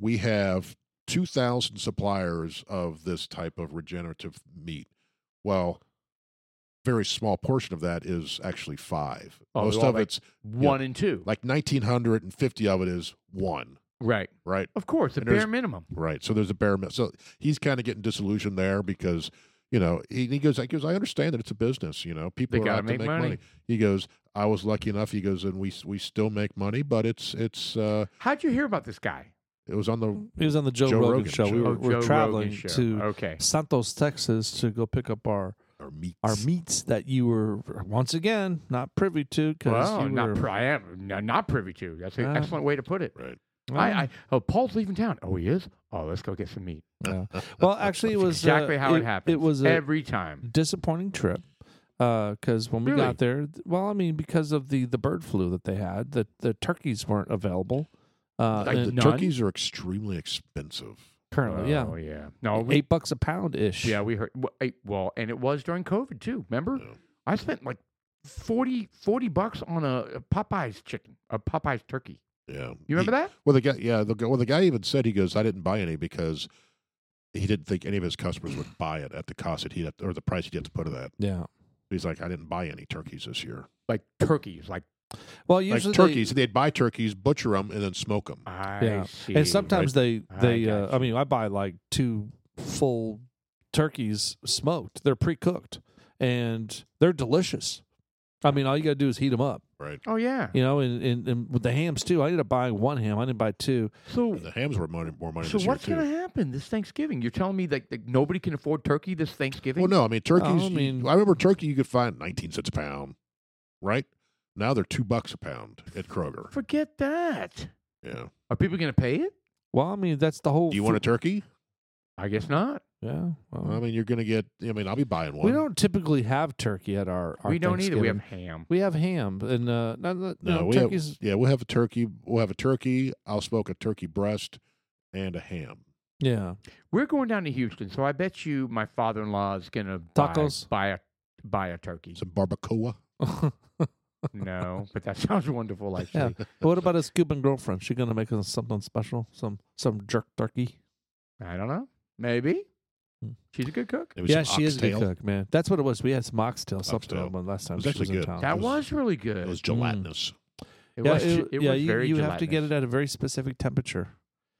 S1: we have two thousand suppliers of this type of regenerative meat. Well, very small portion of that is actually five.
S2: Oh,
S1: Most
S2: well,
S1: of
S2: like-
S1: it's
S2: One and two.
S1: like nineteen hundred and fifty of it is one.
S2: right.
S1: Right,
S2: Of course, the
S1: And there's-
S2: bare minimum.
S1: right. So there's a bare minimum. So he's kind of getting disillusioned there because. You know, he, he goes. He goes. I understand that it's a business. You know, people
S2: They
S1: are
S2: gotta
S1: out
S2: make,
S1: to make
S2: money.
S1: money. he goes i was lucky enough he goes and we we still make money but it's it's uh
S2: How'd you hear about this guy?
S1: it was on the
S3: he was on the Joe,
S1: Joe
S3: Rogan,
S1: Rogan
S3: show,
S1: show.
S3: we were,
S2: oh,
S3: we're
S2: Joe
S3: traveling
S2: Rogan show.
S3: to
S2: Okay.
S3: Santos Texas to go pick up our
S1: our meat
S3: are meats that you were once again not privy to because
S2: Well,
S3: you
S2: not
S3: were
S2: pri- I am no, not privy to. That's an
S3: Uh,
S2: excellent way to put it.
S1: right
S2: I, I oh Paul's leaving town. Oh, he is. Oh, let's go get some meat.
S3: Yeah. well actually it was uh,
S2: Exactly how it, happens.
S3: It was a
S2: every time.
S3: disappointing trip because when we
S2: Really?
S3: got there, th- well, I mean because of the the bird flu that they had, the the turkeys weren't available. Uh,
S1: like the
S3: and
S2: none?
S1: turkeys are extremely expensive
S3: currently,
S2: Oh
S3: yeah,
S2: yeah. No, we,
S3: eight bucks a pound ish.
S2: yeah, we heard. w- eight- Well, and it was during COVID too. Remember,
S1: Yeah.
S2: I spent like 40, 40 bucks on a, a Popeyes chicken, a Popeyes turkey.
S1: yeah
S2: You remember
S1: He-
S2: that?
S1: well the guy yeah the, guy- well the guy even said he goes i didn't buy any because he didn't think any of his customers would buy it at the cost that he had or the price he had to put it at.
S3: Yeah.
S1: He's like, I didn't buy any turkeys this year.
S2: like turkeys, like
S3: Well, usually
S1: like
S3: they-
S1: turkeys, they, would buy turkeys, butcher them, and then smoke them.
S2: I
S3: Yeah.
S2: see.
S3: and sometimes
S2: I
S3: they they. uh,
S2: gotcha.
S3: I mean, I buy like two full turkeys smoked. They're pre cooked and they're delicious. I mean, all you got to do is heat them up,
S1: Right.
S2: oh yeah.
S3: you know. And, and and with the hams too, I ended up buying one ham. I didn't buy two.
S2: So
S1: And the hams were money, more money
S2: so
S1: this year
S2: what's
S1: too.
S2: going to happen this Thanksgiving? You're telling me that, that nobody can afford turkey this Thanksgiving?
S1: Well, no, I mean turkeys.
S3: I
S1: you-
S3: mean-
S1: I remember turkey you could find nineteen cents a pound, right? Now they're two bucks a pound at Kroger.
S2: Forget that.
S1: Yeah.
S3: oh,
S2: Are people going to pay it?
S3: Well, I mean, that's the whole.
S1: Do you want a turkey?
S2: I guess not.
S3: yeah. well,
S1: I mean, you're gonna get. I mean, I'll be buying one.
S3: um, we don't typically have turkey at our. our
S2: we don't either. We have
S3: Thanksgiving.
S2: ham.
S3: We have ham and uh, not, not,
S1: No,
S3: no,
S1: we have-
S3: turkeys.
S1: Yeah, we'll have a turkey. We'll have a turkey. I'll smoke a turkey breast and a ham.
S3: yeah, (laughs)
S2: We're going down to Houston, so I bet you my father-in-law is going to
S3: Tacos?
S2: buy a buy a turkey.
S1: Some barbacoa.
S2: no, but that (laughs) sounds wonderful. Actually,
S3: yeah. what about his Cuban girlfriend? She gonna make us something special? Some some jerk turkey?
S2: I don't know. Maybe
S3: Hmm.
S2: she's a good cook.
S1: Maybe
S3: yeah,
S1: some
S3: she is a
S1: oxtail.
S3: good cook, man. That's what it was. We had some oxtail something
S1: Oxtail.
S3: on one last time.
S1: was
S3: she
S1: actually
S3: was in
S1: good.
S3: town.
S2: That
S1: was-
S2: was really good.
S1: It was gelatinous.
S2: It
S3: yeah,
S2: was,
S3: it-
S2: it
S3: yeah,
S2: was
S3: you,
S2: very
S3: you have to get
S2: gelatinous.
S3: it at a very specific temperature.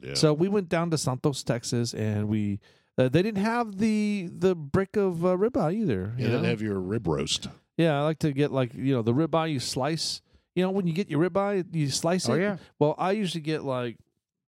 S1: Yeah.
S3: Mm. So we went down to Santos, Texas, and we uh, they didn't have the the brick of uh, ribeye either.
S1: and
S3: you
S1: then
S3: know?
S1: have your rib roast.
S3: yeah, I like to get like you know the ribeye you slice. You know when you get your ribeye, you slice
S2: Oh
S3: it.
S2: yeah.
S3: Well, I usually get like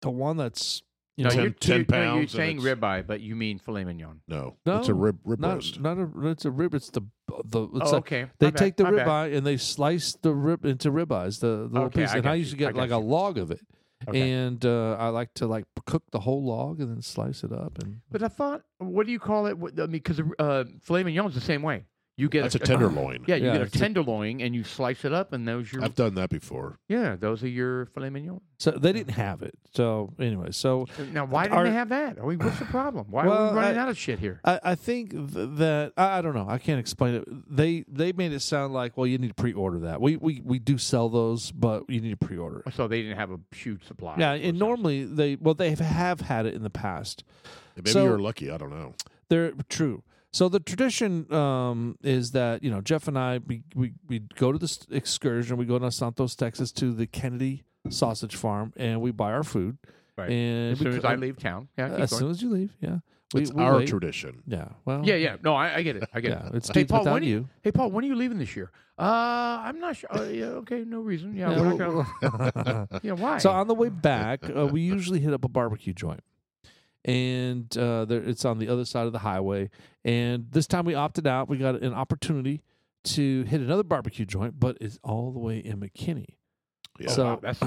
S3: the one that's you
S2: No,
S3: know
S1: Ten-
S2: you're,
S1: ten
S2: you're, no, you're
S1: pounds and
S2: saying
S1: it's-
S2: ribeye, but you mean filet mignon.
S1: No,
S3: No,
S1: it's a rib rib
S3: not
S1: roast.
S3: not a it's a rib. It's the the it's
S2: oh,
S3: like
S2: okay.
S3: They
S2: My bad,
S3: take the
S2: my bad.
S3: ribeye and they slice the rib into ribeyes, the, the little
S2: Okay,
S3: piece.
S2: I
S3: And
S2: got
S3: I
S2: you.
S3: usually
S2: I
S3: get
S2: got
S3: like a
S2: you.
S3: log of it,
S2: Okay.
S3: and uh, I like to like cook the whole log and then slice it up. And
S2: But I thought, what do you call it? What, I mean, because uh, filet mignon's the same way. You get
S1: That's
S2: a,
S1: a tenderloin.
S2: Yeah, you
S3: (laughs) Yeah,
S2: get a
S3: it's a-
S2: tenderloin and you slice it up, and those your
S1: I've done that before.
S2: yeah, those are your filet mignon.
S3: so they didn't have it. So anyway, so
S2: Now, why didn't
S3: Are-
S2: they have that? Are we, what's the problem? Why are
S3: Well,
S2: we running
S3: I-
S2: out of shit here?
S3: I, I think th- that I, I don't know. I can't explain it. They they made it sound like well, you need to pre-order that. We we we do sell those, but you need to pre-order it.
S2: so they didn't have a huge supply.
S3: Yeah,
S2: Those
S3: and
S2: things.
S3: normally they well they have had it in the past.
S1: Maybe
S3: So-
S1: you're lucky. I don't know.
S3: They're true. So the tradition um, is that you know Jeff and I we we we go to this excursion. We go to Santos, Texas, to the Kennedy Sausage Farm, and we buy our food.
S2: Right.
S3: And
S2: as
S3: we
S2: soon as
S3: co-
S2: I leave town, yeah, keep
S3: as
S2: going.
S3: soon as you leave, yeah,
S1: It's our
S3: wait.
S1: tradition.
S3: Yeah. Well.
S2: yeah, yeah. No, I, I get it. I get
S3: Yeah.
S2: it.
S3: It's
S2: Hey,
S3: dudes
S2: Paul,
S3: without
S2: when do you-
S3: you.
S2: Hey, Paul, when are you leaving this year? Uh, I'm not sure. Uh, yeah, okay, no reason. Yeah,
S3: Yeah,
S2: we're not
S3: well-
S2: gonna-
S1: (laughs)
S2: (laughs)
S3: (laughs)
S2: yeah, why?
S3: So on the way back, uh, we usually hit up a barbecue joint, and uh, there, it's on the other side of the highway. And this time we opted out. We got an opportunity to hit another barbecue joint, but it's all the way in McKinney.
S1: Yeah.
S3: So-
S2: wow, that's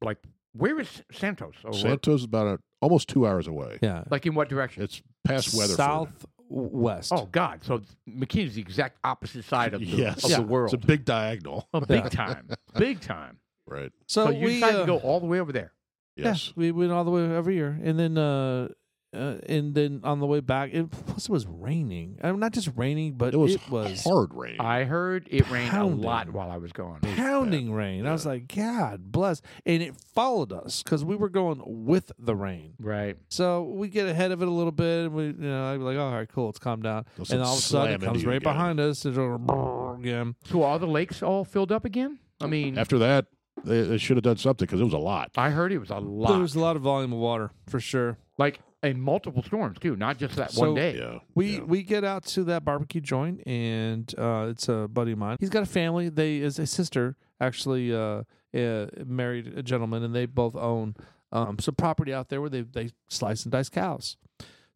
S2: like where is Santos? Or where-
S1: Santos is Oh, about a, almost two hours away.
S3: Yeah.
S2: like in what direction?
S1: It's past Weatherford.
S3: Southwest.
S2: Oh God! So McKinney's the exact opposite side of the,
S1: yes,
S2: of
S1: Yeah.
S2: the world.
S1: It's a big diagonal. (laughs)
S2: Oh, big time, big time.
S1: Right.
S3: so,
S2: so you
S3: we
S2: decided
S3: uh,
S2: to go all the way over there.
S3: yeah,
S1: Yes.
S3: we went all the way every year, and then uh, uh, and then on the way back, it, plus it was raining. I mean, not just raining, but
S1: It was,
S3: it was
S1: hard rain.
S2: I heard it rained a
S3: Pounding.
S2: lot while I was gone.
S3: pounding rain. I was
S1: Yeah.
S3: like, God bless, and it followed us because we were going with the rain.
S2: Right.
S3: So we get ahead of it a little bit, and we, you know, I'd be like, all right, cool, it's calmed down.
S1: Those
S3: and
S1: things
S3: all of a sudden,
S1: slam
S3: it
S1: into
S3: comes
S1: you
S3: right
S1: again.
S3: behind us. It's again.
S2: So all the lakes all filled up again. I mean,
S1: After that, they, they should have done something because it was a lot.
S2: I heard it was a lot.
S3: There was a lot of volume of water for sure.
S2: like a multiple storms too, not just that one
S3: So-
S2: day.
S1: Yeah.
S3: We
S1: yeah.
S3: we get out to that barbecue joint, and uh, it's a buddy of mine. He's got a family. They his, his sister actually uh, uh, married a gentleman, and they both own um, some property out there where they they slice and dice cows.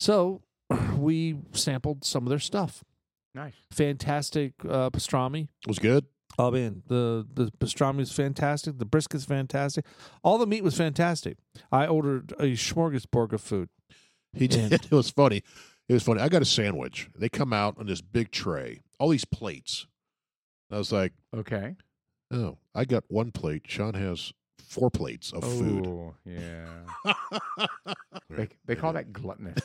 S3: So (clears throat) we sampled some of their stuff.
S2: Nice.
S3: Fantastic uh, pastrami.
S1: It was good.
S3: Oh man, the the pastrami is fantastic. The brisket's fantastic. All the meat was fantastic. I ordered a smorgasbord of food.
S1: He did. (laughs)
S3: And-
S1: It was funny. It was funny. I got a sandwich. They come out on this big tray, all these plates. I was like,
S2: Okay.
S1: oh, I got one plate. Sean has four plates of food.
S2: Oh yeah.
S3: Oh.
S1: (laughs)
S2: They,
S1: Right.
S2: they call that gluttonous.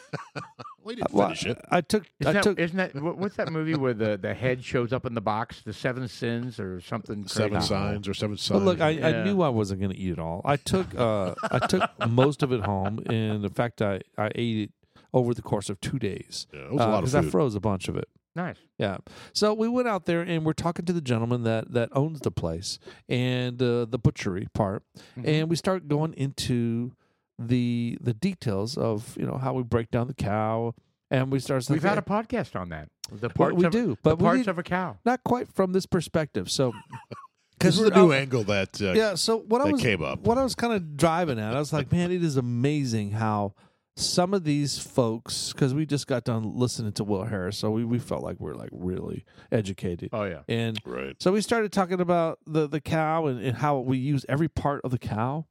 S1: We didn't
S3: uh, Well,
S1: finish it.
S3: I took I
S2: Isn't that,
S3: took
S2: isn't that what, what's that movie where the, the head shows up in the box, the seven sins or something? Crazy?
S1: Seven signs or seven signs.
S3: But look, I,
S2: Yeah.
S3: I knew I wasn't going
S1: (laughs)
S3: to eat it all. I took uh, I took most of it home, and the fact I I ate it over the course of two days uh,
S1: Yeah, it was a lot of
S3: I
S1: food.
S3: froze a bunch of it.
S2: Nice.
S3: Yeah. So we went out there and we're talking to the gentleman that that owns the place and uh, the butchery part,
S1: Mm-hmm.
S2: Mhm.
S3: and we start going into the the details of you know how we break down the cow, and we start.
S2: We've had a podcast on that. The
S3: Well,
S2: parts
S3: we
S2: of,
S3: do,
S2: the
S3: but we
S2: parts
S3: didn't-
S2: of a cow.
S3: not quite from this perspective. So
S1: (laughs) this is
S3: we're
S1: a new
S3: out-
S1: angle that uh,
S3: yeah. So what I
S1: that
S3: was
S1: came up.
S3: what I was kind of driving at, I was like, man, it is amazing how some of these folks, because we just got done listening to Will Harris, so we, we felt like we are like really educated,
S2: Oh yeah.
S3: and
S1: Right.
S3: so we started talking about the the cow and, and how we use every part of the cow,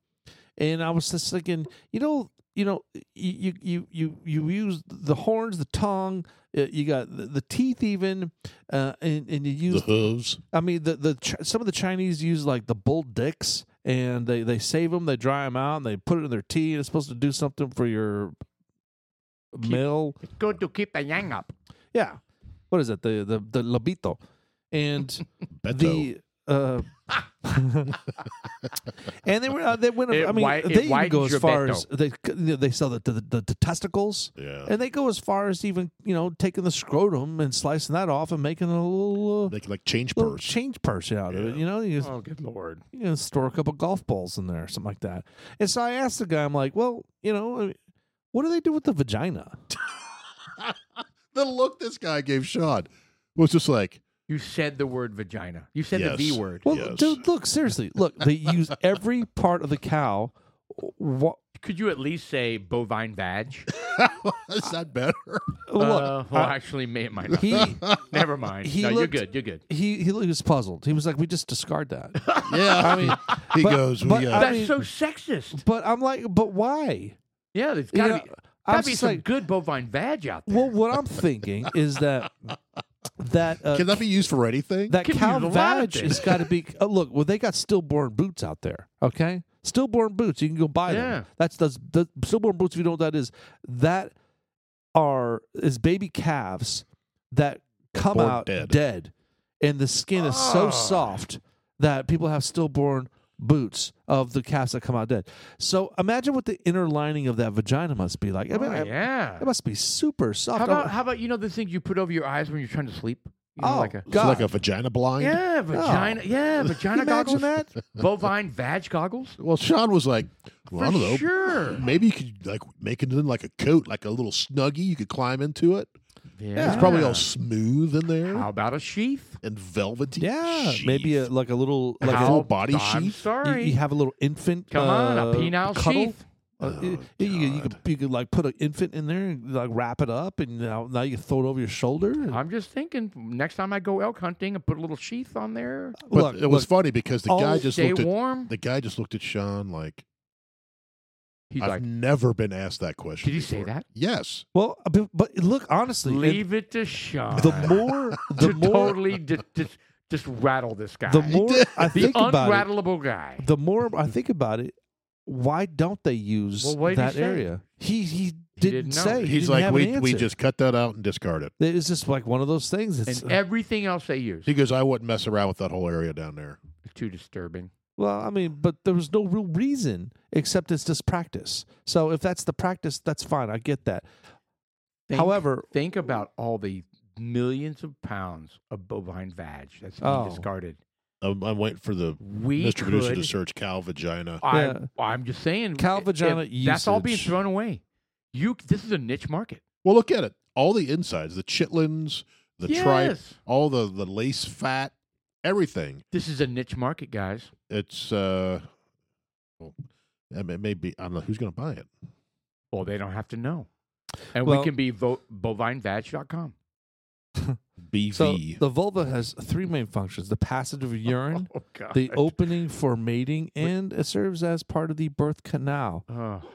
S3: and I was just thinking, you know, you know, you you you you use the horns, the tongue, uh, you got the, the teeth even, uh, and and
S1: The
S3: you use
S1: hooves.
S3: I mean, the the Ch- some of the Chinese use like the bull dicks, and they they save them, they dry them out, and they put it in their tea, and it's supposed to do something for your mill.
S2: It's good to keep the yang up.
S3: Yeah, what is it? The the the lobito, and
S1: (laughs) Beto.
S3: the. Uh, (laughs) and they were uh, they went.
S2: It
S3: I mean,
S2: wi- it
S3: they even go
S2: widens
S3: as
S2: your
S3: far
S2: beto.
S3: as they they sell the the, the, the testicles,
S1: yeah.
S3: and they go as far as even you know taking the scrotum and slicing that off and making a little. Uh,
S1: they can like change
S3: Little
S1: purse.
S3: change purse out of it,
S1: Yeah.
S3: you know. You just
S2: Oh good lord.
S3: you know, store a couple golf balls in there or something like that. And so I asked the guy, I'm like, well, you know, I mean, what do they do with the vagina?
S1: the look this guy gave Sean was just like, (laughs)
S2: You said the word vagina. You said the
S1: Yes.
S2: V word.
S3: Well,
S1: Yes.
S3: dude, look, seriously, look, they use every part of the cow. What?
S2: Could you at least say bovine vag?
S1: is that better?
S3: Look,
S2: Uh, well, actually, may, it might not.
S3: he
S2: (laughs) Never mind.
S3: he
S2: no,
S3: looked-
S2: you're good. You're good.
S3: he he was puzzled. He was like, we just discard that.
S1: Yeah. (laughs)
S3: I mean,
S1: he
S3: but-
S1: goes,
S3: but
S1: we, uh,
S3: I-
S2: That's
S3: mean-
S2: so sexist.
S3: but I'm like, but why?
S2: Yeah, there's
S3: You
S2: gotta
S3: know,
S2: be,
S3: I'm
S2: gotta be
S3: just
S2: some
S3: like,
S2: good bovine vag out there.
S3: well, what I'm thinking is that that uh,
S1: can that be used for anything?
S3: that
S2: Could be a
S3: cow
S2: lot of
S3: vag
S2: things.
S3: has got
S2: (laughs)
S3: to be uh, look. Well, they got stillborn boots out there. Okay, stillborn boots. You can go buy
S2: Yeah.
S3: them. That's the, the stillborn boots. If you know what that is, that are is baby calves that come
S1: Born
S3: out
S1: dead.
S3: and the skin is so
S2: Ah.
S3: soft that people have stillborn boots of the calves that come out dead. So imagine what the inner lining of that vagina must be like. I mean,
S2: Oh,
S3: I-
S2: yeah.
S3: It must be super soft.
S2: How
S3: Oh,
S2: about how about you know the things you put over your eyes when you're trying to sleep? You know,
S3: oh,
S2: like a
S1: It's
S3: God.
S1: like a vagina blind.
S2: yeah, vagina. Yeah,
S3: (laughs) Can you
S2: vagina
S3: imagine
S2: goggles.
S3: that?
S2: Bovine vag goggles.
S1: Well, Sean was like, well, I
S2: For
S1: don't know.
S2: sure.
S1: Maybe you could like make it in like a coat, like a little snuggie. You could climb into it.
S2: Yeah.
S1: It's probably all smooth in there
S2: How about a sheath?
S1: and velvety.
S3: Yeah, maybe a,
S1: sheath.
S3: like a little like
S1: How full
S3: a
S2: How-
S3: little,
S1: body
S2: I'm
S1: sheath?
S3: you,
S2: Sorry.
S3: you have a little infant.
S2: Come on, a
S3: uh,
S2: penile
S3: cuddle.
S2: sheath.
S3: Uh,
S1: Oh,
S3: you, you, could- you could you could like put an infant in there and like wrap it up, and now, now you throw it over your shoulder.
S2: I'm just thinking. Next time I go elk hunting, I put a little sheath on there.
S1: But
S3: look,
S1: it was
S3: look,
S1: funny because the
S3: all
S1: guy just
S2: Stay
S1: looked at
S2: warm.
S1: the guy just looked at Sean like
S2: He's
S1: I've
S2: like,
S1: never been asked that question.
S2: did he say
S1: before."
S2: that?
S1: Yes.
S3: well, but, but look honestly, it-
S2: Leave it to Sean.
S3: the
S1: (laughs)
S3: more the
S2: to
S3: more
S2: totally di- dis- just rattle this guy.
S3: the more I
S2: the
S3: think about
S2: unrattleable guy.
S3: it, the more I think about it. Why don't they use
S2: Well, what did he
S3: that
S2: say?
S3: area? He he didn't,
S2: didn't know.
S3: say. He
S1: He's
S3: didn't
S1: like
S3: have
S1: we
S3: an
S1: we
S3: answer.
S1: just cut that out and discard it.
S3: It was just like one of those things. It's
S2: and everything else they use
S1: He goes, I wouldn't mess around with that whole area down there.
S2: is too disturbing.
S3: Well, I mean, but there was no real reason except it's just practice. So if that's the practice, that's fine. I get that.
S2: Think,
S3: However,
S2: think about all the millions of pounds of bovine vag that's being
S3: Oh.
S2: discarded.
S1: I'm, I'm waiting Um, for the
S2: We
S1: Mr. Producer to
S2: could-
S1: search cow vagina.
S2: I,
S3: Yeah.
S2: I'm just saying,
S3: Cow
S2: if-
S3: vagina
S2: if That's all being
S3: usage.
S2: thrown away. You. This is a niche market.
S1: Well, look at it. All the insides, the chitlins, the tripe,
S2: yes,
S1: all the the lace fat, everything.
S2: this is a niche market, guys.
S1: It's uh, well, I mean, maybe I don't know who's going to buy it.
S2: Well, they don't have to know, and
S3: Well-
S2: we can be vo- bovinevag.com.
S1: BV.
S3: so the vulva has three main functions: the passage of urine,
S2: Oh God. (laughs)
S3: the opening for mating, and it serves as part of the birth canal.
S2: oh,
S3: All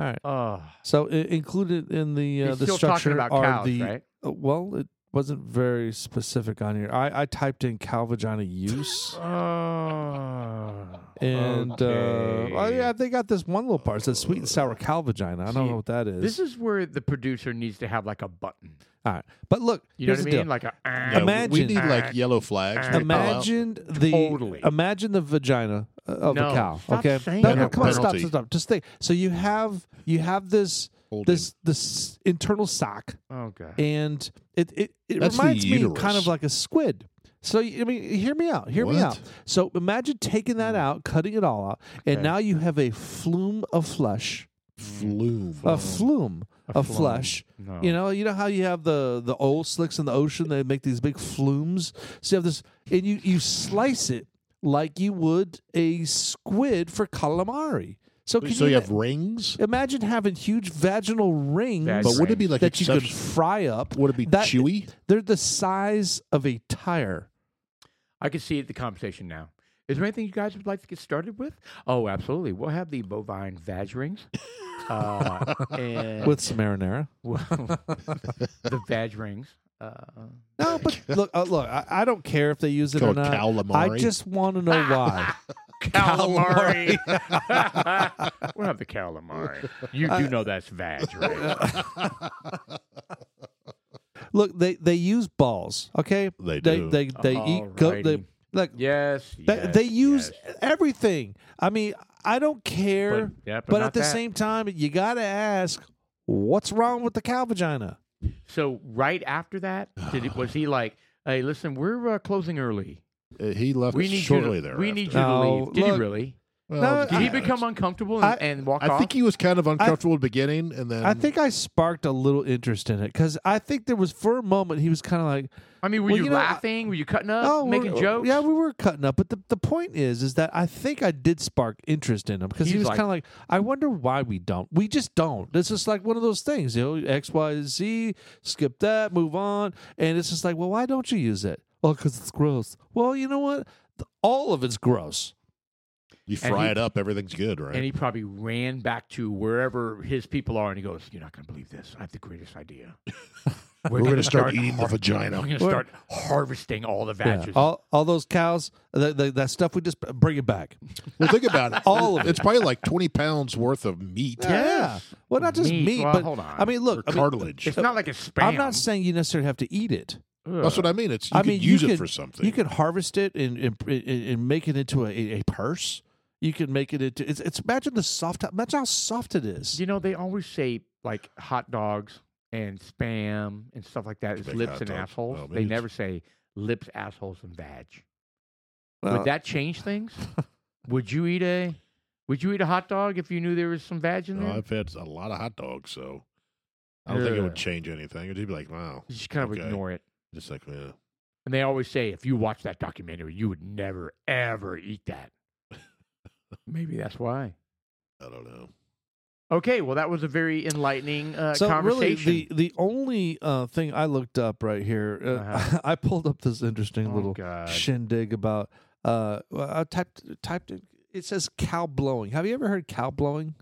S3: right.
S2: oh.
S3: So i included in the uh,
S2: He's
S3: the
S2: still
S3: structure
S2: talking about
S3: are
S2: cows,
S3: the
S2: right?
S3: uh, well, it wasn't very specific on here. I, I typed in cow vagina use.
S2: Oh.
S3: And
S2: okay.
S3: uh, well, yeah, they got this one little part. It says sweet and sour cow vagina. I don't
S2: See,
S3: know what that is.
S2: This is where the producer needs to have like a button.
S3: All right, but look,
S2: You know
S3: here's
S2: what I
S3: the
S2: mean?
S3: deal.
S2: Like a.
S1: Yeah,
S2: ah,
S1: we- we
S3: imagine-
S1: need like yellow flags. to call out.
S3: Imagine the
S2: Totally.
S3: imagine the vagina uh, of a
S2: No,
S3: cow.
S2: stop
S3: okay,
S2: saying
S3: No, no,
S1: that.
S3: come on, stop,
S1: Penalty.
S3: stop, stop. Just think. So you have you have this
S1: Old
S3: this this internal sock,
S2: Oh god.
S3: and it it, it
S1: That's the
S3: reminds me kind
S1: uterus.
S3: of like a squid. So I mean, hear me out. Hear me
S1: What?
S3: out. So imagine taking that out, cutting it all out, and
S2: Hmm. Okay.
S3: now you have a flume of flesh,
S1: flume.
S3: a flume of
S2: flume. Oh.
S3: flesh.
S2: No.
S3: You know, you know how you have the the old slicks in the ocean. They make these big flumes. So you have this, and you you slice it like you would a squid for calamari. So Oh, can
S1: so
S3: you,
S1: you have rings,
S3: imagine having huge vaginal rings
S2: Vag-
S1: but would it be like
S3: that you could
S1: exception-
S3: fry up?
S1: Would it be
S3: that- (laughs)
S1: chewy?
S3: They're the size of a tire.
S2: I can see the conversation now. Is there anything you guys would like to get started with? Oh, absolutely. We'll have the bovine vag rings.
S3: (laughs)
S2: Uh, and
S3: With some marinara.
S2: well, (laughs) the vag rings. Uh,
S3: No, but look, uh, look. I, I don't care if they use it or
S1: Called
S3: not.
S1: calamari. (laughs)
S3: I just want to know why.
S2: calamari. (laughs) we'll have the calamari. You do know that's vag, right?
S3: uh, Look, they they use balls. Okay,
S1: (laughs) They do.
S3: They they, they eat. Go, they,
S2: Alrighty.
S3: like
S2: yes,
S3: They,
S2: yes,
S3: they use
S2: yes.
S3: everything. I mean, I don't care,
S2: But- yeah, but
S3: but,
S2: not
S3: at the
S2: that.
S3: same time, you got to ask, what's wrong with the cow vagina?
S2: So right after that, did he, was
S3: (sighs)
S2: he like, "Hey, listen, we're uh, closing early.
S1: Uh, he left
S2: We
S1: it
S2: need
S1: shortly
S2: you. To,
S1: there.
S2: we need you
S3: thereafter.
S2: to leave."
S3: No,
S2: Did he
S3: look,
S2: really?
S3: No,
S2: Did he
S3: I-
S2: become uncomfortable and,
S3: I-
S2: and walk
S1: I
S2: off?
S1: think he was kind of uncomfortable at the beginning, and then
S3: I think I sparked a little interest in it because I think there was for a moment he was kind of like,
S2: I mean, were
S3: Well,
S2: you,
S3: you know, I-
S2: laughing? were you cutting up?
S3: oh, we're-
S2: making jokes?
S3: Yeah, we were cutting up, but the, the point is, is that I think I did spark interest in him because he
S2: He's
S3: was
S2: like-
S3: kind of like, I wonder why we don't. We just don't. It's just like one of those things, you know, X, Y, Z, skip that, move on, and it's just like, well, why don't you use it? Well, because it's gross. Well, you know what? Th- All of it's gross.
S1: you
S2: and
S1: fry
S2: he-
S1: it up, everything's good, right?
S2: And he probably ran back to wherever his people are, and he goes, "You're not going to believe this. I have the greatest
S3: (laughs)
S2: idea.
S1: We're
S2: gonna
S1: going to start eating the
S2: I'm
S1: vagina.
S2: going to
S3: We're-
S2: start harvesting all the
S3: Yeah.
S2: vaches.
S3: All, all those cows, the, the, that stuff we just bring it back.
S1: Well, think about it.
S3: All of
S1: It's probably like twenty pounds worth of meat
S3: Yeah. Well, not just
S2: Meat.
S3: meat,
S2: Well,
S3: but
S2: hold on.
S3: I mean,
S1: or
S3: look, I mean,
S1: cartilage.
S2: it's not like a spam.
S3: I'm not saying you necessarily have to eat it.
S2: Ugh.
S1: That's what I mean. It's you
S3: I
S1: can
S3: mean, you
S1: use it
S3: could-
S1: for something.
S3: You can harvest it and and, and- and make it into a, a purse. You can make it into it's, it's imagine the soft imagine how soft it is.
S2: You know, they always say like hot dogs and spam and stuff like that is
S1: Big
S2: lips
S1: hot
S2: and
S1: dogs.
S2: assholes.
S1: Well,
S2: they
S1: meats.
S2: never say lips, assholes, and vag.
S3: Well,
S2: would that change things? would you eat a Would you eat a hot dog if you knew there was some vag in
S1: No,
S2: there?
S1: I've had a lot of hot dogs, so I don't think it
S2: Yeah.
S1: would change anything. It'd just be like, wow,
S2: you just kind of
S1: okay.
S2: ignore it.
S1: just like yeah.
S2: And they always say if you watch that documentary, you would never ever eat that. Maybe that's why.
S1: I don't know.
S2: Okay, well, that was a very enlightening uh,
S3: so really
S2: conversation.
S3: (laughs) the the only uh, thing I looked up right here, uh,
S2: Uh-huh.
S3: (laughs) I pulled up this interesting
S2: Oh,
S3: little
S2: God.
S3: shindig about uh well, I typed typed in, it says cow blowing. Have you ever heard cow blowing?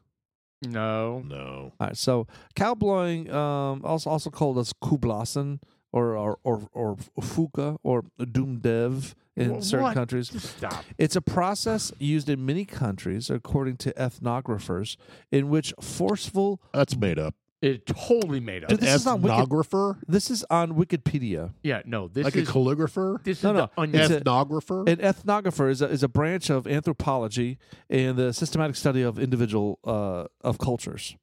S3: Mm.
S2: No.
S1: No,
S3: All right, so cow blowing, um, also also called as kublasen or or or, or fuka or doomdev in
S2: Wha-
S3: certain
S2: what?
S3: countries.
S2: Just stop.
S3: It's a process used in many countries, according to ethnographers, in which forceful.
S1: that's made up.
S2: It totally made up.
S3: Dude, This is not wicked-
S1: ethnographer,
S3: This is on Wikipedia.
S2: Yeah, no. This
S1: like
S2: is
S1: a calligrapher,
S2: this
S3: No,
S2: is
S3: no,
S2: the onion.
S3: it's a-
S1: ethnographer.
S3: An ethnographer is a, is a branch of anthropology and the systematic study of individual uh, of cultures.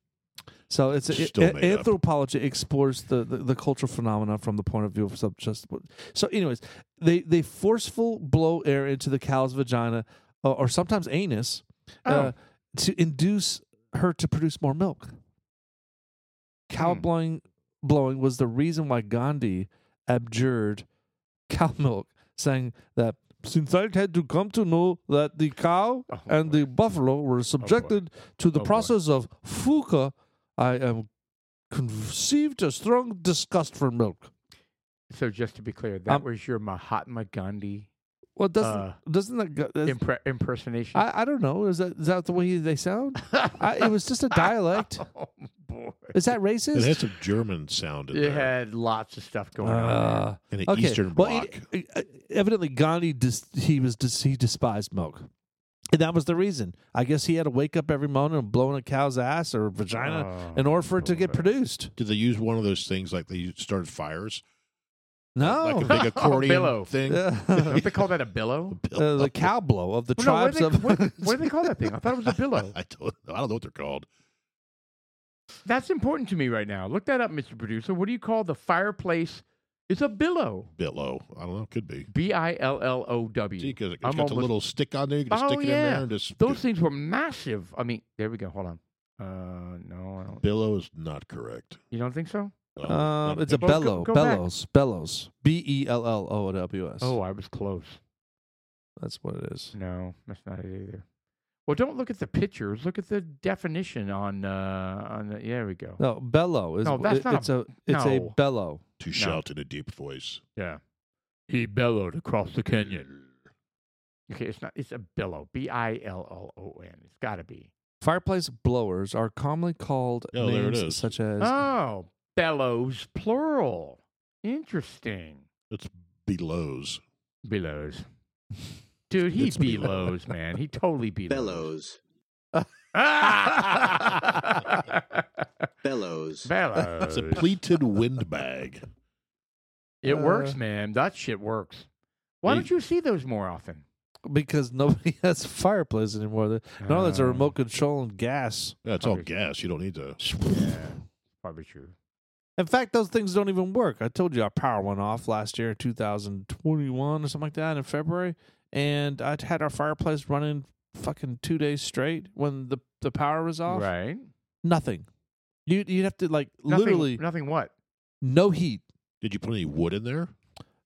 S3: So it's a,
S1: Still
S3: a-
S1: made up.
S3: anthropology explores the, the, the cultural phenomena from the point of view of sub- just. So, anyways, they they forceful blow air into the cow's vagina uh, or sometimes anus uh, to induce her to produce more milk. Cow
S2: Hmm.
S3: blowing blowing was the reason why Gandhi abjured cow milk, saying that since I had to come to know that the cow
S2: Oh,
S3: and
S2: boy.
S3: the buffalo were subjected to the
S2: Oh, boy.
S3: process of fuka, I am conceived a strong disgust for milk.
S2: So just to be clear, that
S3: Um,
S2: was your Mahatma Gandhi
S3: Well, doesn't
S2: Uh,
S3: doesn't that? go- that's-
S2: impre- impersonation.
S3: I, I don't know. Is that is that the way they sound? I,
S2: (laughs)
S3: it was just a dialect.
S2: oh boy,
S3: Is that
S1: it
S3: racist?
S1: has some German sound in
S2: it
S1: there,
S2: had lots of stuff going on.
S3: Uh,
S1: and an
S3: okay.
S1: Eastern
S3: well,
S1: Bloc.
S3: it- it- evidently Gandhi dis- he was dis- he despised milk. And that was the reason. I guess he had to wake up every morning and blow in a cow's ass or
S2: there.
S3: vagina
S2: Oh,
S3: in order for it to get
S2: boy.
S3: produced.
S1: Did they use one of those things like they started fires?
S3: No.
S1: like a
S3: (laughs)
S1: big accordion
S2: Billow.
S1: thing.
S2: Don't they call that a billow?
S1: (laughs)
S3: Uh, the cow blow of (laughs) the
S2: Well, no, what,
S3: tribes
S2: do they,
S3: of
S2: what, what do they call that thing? I thought it was a billow.
S1: I don't, I don't know what they're called.
S2: That's important to me right now. Look that up, Mr. Producer. What do you call the fireplace? It's a billow.
S1: Bit low. I don't know. Could be.
S2: B I L L O
S1: See,
S2: W.
S1: because it's
S2: I'm
S1: got the
S2: almost-
S1: little stick on there. You can
S2: Oh,
S1: stick it in
S2: yeah.
S1: there and just.
S2: Those things were massive. I mean, there we go. Hold on. Uh, no, I don't.
S1: Billow is not correct.
S2: You don't think so?
S1: No,
S3: (laughs) Um,
S1: not-
S3: it's a
S2: Well, go-
S3: bellow,
S2: go back.
S3: bellows, bellows. B e l l o w s.
S2: Oh, I was close.
S3: that's what it is.
S2: No, that's not it either. Well, don't look at the pictures. Look at the definition on uh on the. Yeah, there we go.
S3: No, bellow is.
S2: No, that's
S3: it-
S2: not a-
S3: it's a. It's a
S2: no.
S3: bellow.
S1: to shout in a deep voice.
S2: Yeah. He bellowed across the Okay, it's not. It's a billow. B I L L O N. It's got to be.
S3: Fireplace blowers are commonly called
S1: Oh, there it
S3: names
S1: is.
S3: such as
S2: Oh, bellows, plural. Interesting.
S1: It's belows.
S2: Bellows. Dude, he
S1: It's me.
S2: bellows, man. He totally bellows.
S4: Bellows.
S2: Ah!
S4: Bellows.
S2: (laughs) bellows.
S1: It's a
S3: Uh,
S1: pleated windbag.
S2: It works,
S3: Uh,
S2: man. That shit works. Why
S1: Hey.
S2: don't you see those more often?
S3: (laughs) because nobody (laughs) has a fireplace anymore. No, that's a
S2: Uh,
S3: remote control and gas.
S1: Yeah, it's all
S2: Probably.
S1: gas. You don't need to.
S2: Yeah, probably true.
S3: In fact, those things don't even work. I told you our power went off last year, 2021 or something like that in February, and I'd had our fireplace running fucking two days straight when the the power was off.
S2: Right?
S3: Nothing. You'd you'd have to like
S2: Nothing,
S3: literally
S2: nothing. What?
S3: no heat.
S1: Did you put any wood in there?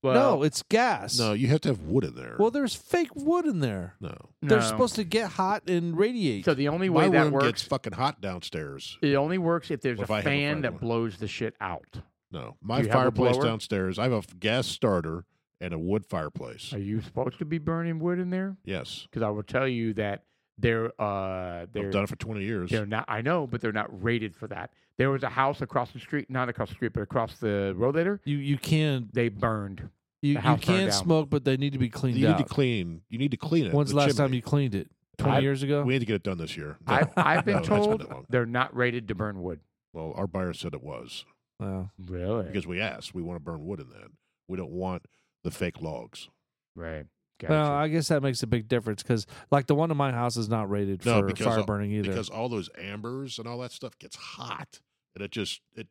S2: Well,
S3: no, it's gas.
S1: No, you have to have wood in there.
S3: Well, there's fake wood in there.
S1: no.
S3: They're
S2: no.
S3: supposed to get hot and radiate.
S2: So the only
S1: My
S2: way that
S1: room
S2: works,
S1: gets fucking hot downstairs.
S2: it only works if there's
S1: If I
S2: a
S1: have a
S2: fan that
S1: fireplace.
S2: blows the shit out.
S1: No, my
S2: you have a
S1: fireplace
S2: blower?
S1: downstairs. I have a f- gas starter and a wood fireplace.
S2: Are you supposed to be burning wood in there?
S1: yes,
S2: Because I will tell you that they're uh they're
S1: I've done it for twenty years.
S2: They're not. I know, but they're not rated for that. There was a house across the street, not across the street, but across the road. Later,
S3: you you can
S2: they
S1: (laughs)
S2: burned.
S3: you,
S2: The
S3: you
S2: house burned
S3: can
S2: down.
S3: smoke, but they need to be cleaned
S1: you need
S3: out.
S1: to clean. You need to clean it.
S3: When's the last time you cleaned it? Twenty
S2: I-
S3: years ago.
S1: We need to get it done this year. No,
S2: I, I've
S1: no,
S2: been
S1: it's been
S2: told
S1: that long.
S2: they're not rated to burn wood.
S1: well, our buyer said it was
S3: Wow.
S2: Really?
S1: because we asked. We want to burn wood in that. We don't want the fake logs.
S2: right.
S3: Well,
S2: Gotcha.
S3: I guess that makes a big difference because, like, the one in my house is not rated
S1: No,
S3: for
S1: because
S3: fire
S1: all-
S3: burning either.
S1: because all those ambers and all that stuff gets hot and it just it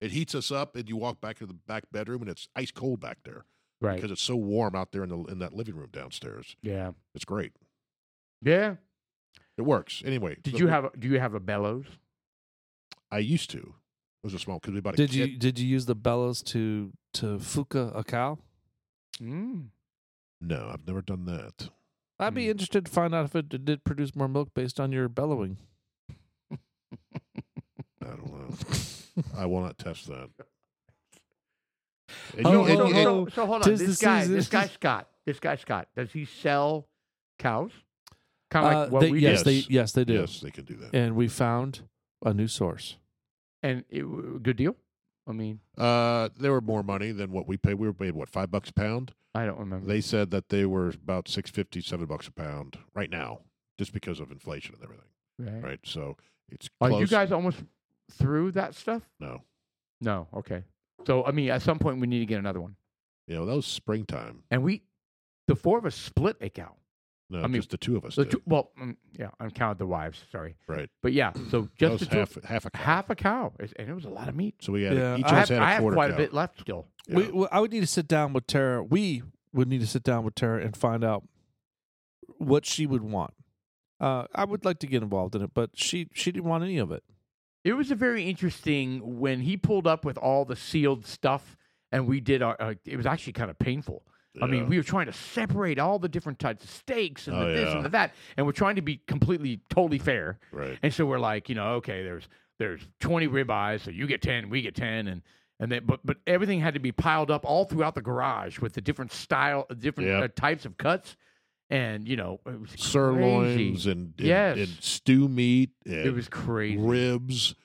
S1: it heats us up and you walk back to the back bedroom and it's ice cold back there
S2: right.
S1: because it's so warm out there in the in that living room downstairs
S2: Yeah.
S1: it's great
S2: Yeah.
S1: it works anyway
S2: Did
S1: so
S2: you
S1: we-
S2: have? a- Do you have a bellows?
S1: i used to it was a small because we bought a
S3: did
S1: kit.
S3: you did you use the bellows to to fuka a cow?
S2: Mm.
S1: no i've never done that
S3: I'd be
S2: Hmm.
S3: interested to find out if it did produce more milk based on your bellowing.
S1: i don't know i will not test that And you-
S2: So,
S3: Oh, oh,
S1: and-
S2: so,
S1: and-
S2: so, so hold on.
S3: Tis
S2: This
S3: the
S2: guy,
S3: season.
S2: this guy Scott, this guy Scott, does he sell cows? Kind of
S3: Uh,
S2: like what
S3: they-
S2: we
S3: yes,
S2: did.
S1: Yes.
S3: they yes they do,
S1: yes they can do that
S3: and we found a new source.
S2: And it, w- good deal. I mean,
S1: uh they were more money than what we paid we were paid what five bucks a pound
S2: I don't remember.
S1: They said that they were about six fifty, seven bucks a pound right now, just because of inflation and everything.
S2: right.
S1: Right, so it's
S2: Are
S1: close.
S2: you guys almost through that stuff?
S1: No,
S2: No. Okay. So I mean, at some point we need to get another one,
S1: you know that was springtime.
S2: and we, the four of us split a cow.
S1: No,
S2: I mean,
S1: just the two of us.
S2: The
S1: did.
S2: two, well, mm, yeah, I counted the wives. Sorry,
S1: right,
S2: but yeah. So
S1: that
S2: just
S1: was
S2: the two,
S1: half half a cow.
S2: half a cow, It's- and it was a lot of meat.
S1: So we had
S3: Yeah,
S1: each
S3: I
S1: of
S2: I
S1: us
S2: have,
S1: had
S2: I
S1: a
S2: have
S1: quarter
S2: quite
S1: cow.
S2: a bit left still.
S3: We,
S1: Yeah.
S3: well, I would need to sit down with Tara. We would need to sit down with Tara and find out what she would want. Uh, I would like to get involved in it, but she she didn't want any of it.
S2: It was a very interesting when he pulled up with all the sealed stuff, and we did our. Uh, it was actually kind of painful. I mean,
S1: Yeah.
S2: we were trying to separate all the different types of steaks and
S1: Oh,
S2: the this
S1: yeah.
S2: and the that, and we're trying to be completely, totally fair.
S1: right.
S2: And so we're like, you know, okay, there's there's 20 ribeyes, so you get 10, we get 10, and and then but but everything had to be piled up all throughout the garage with the different style, different
S1: Yep.
S2: uh, types of cuts, and you know, it was
S1: Sirloins
S2: crazy.
S1: and, and,
S2: Yes.
S1: and stew meat and
S2: it was crazy,
S1: ribs.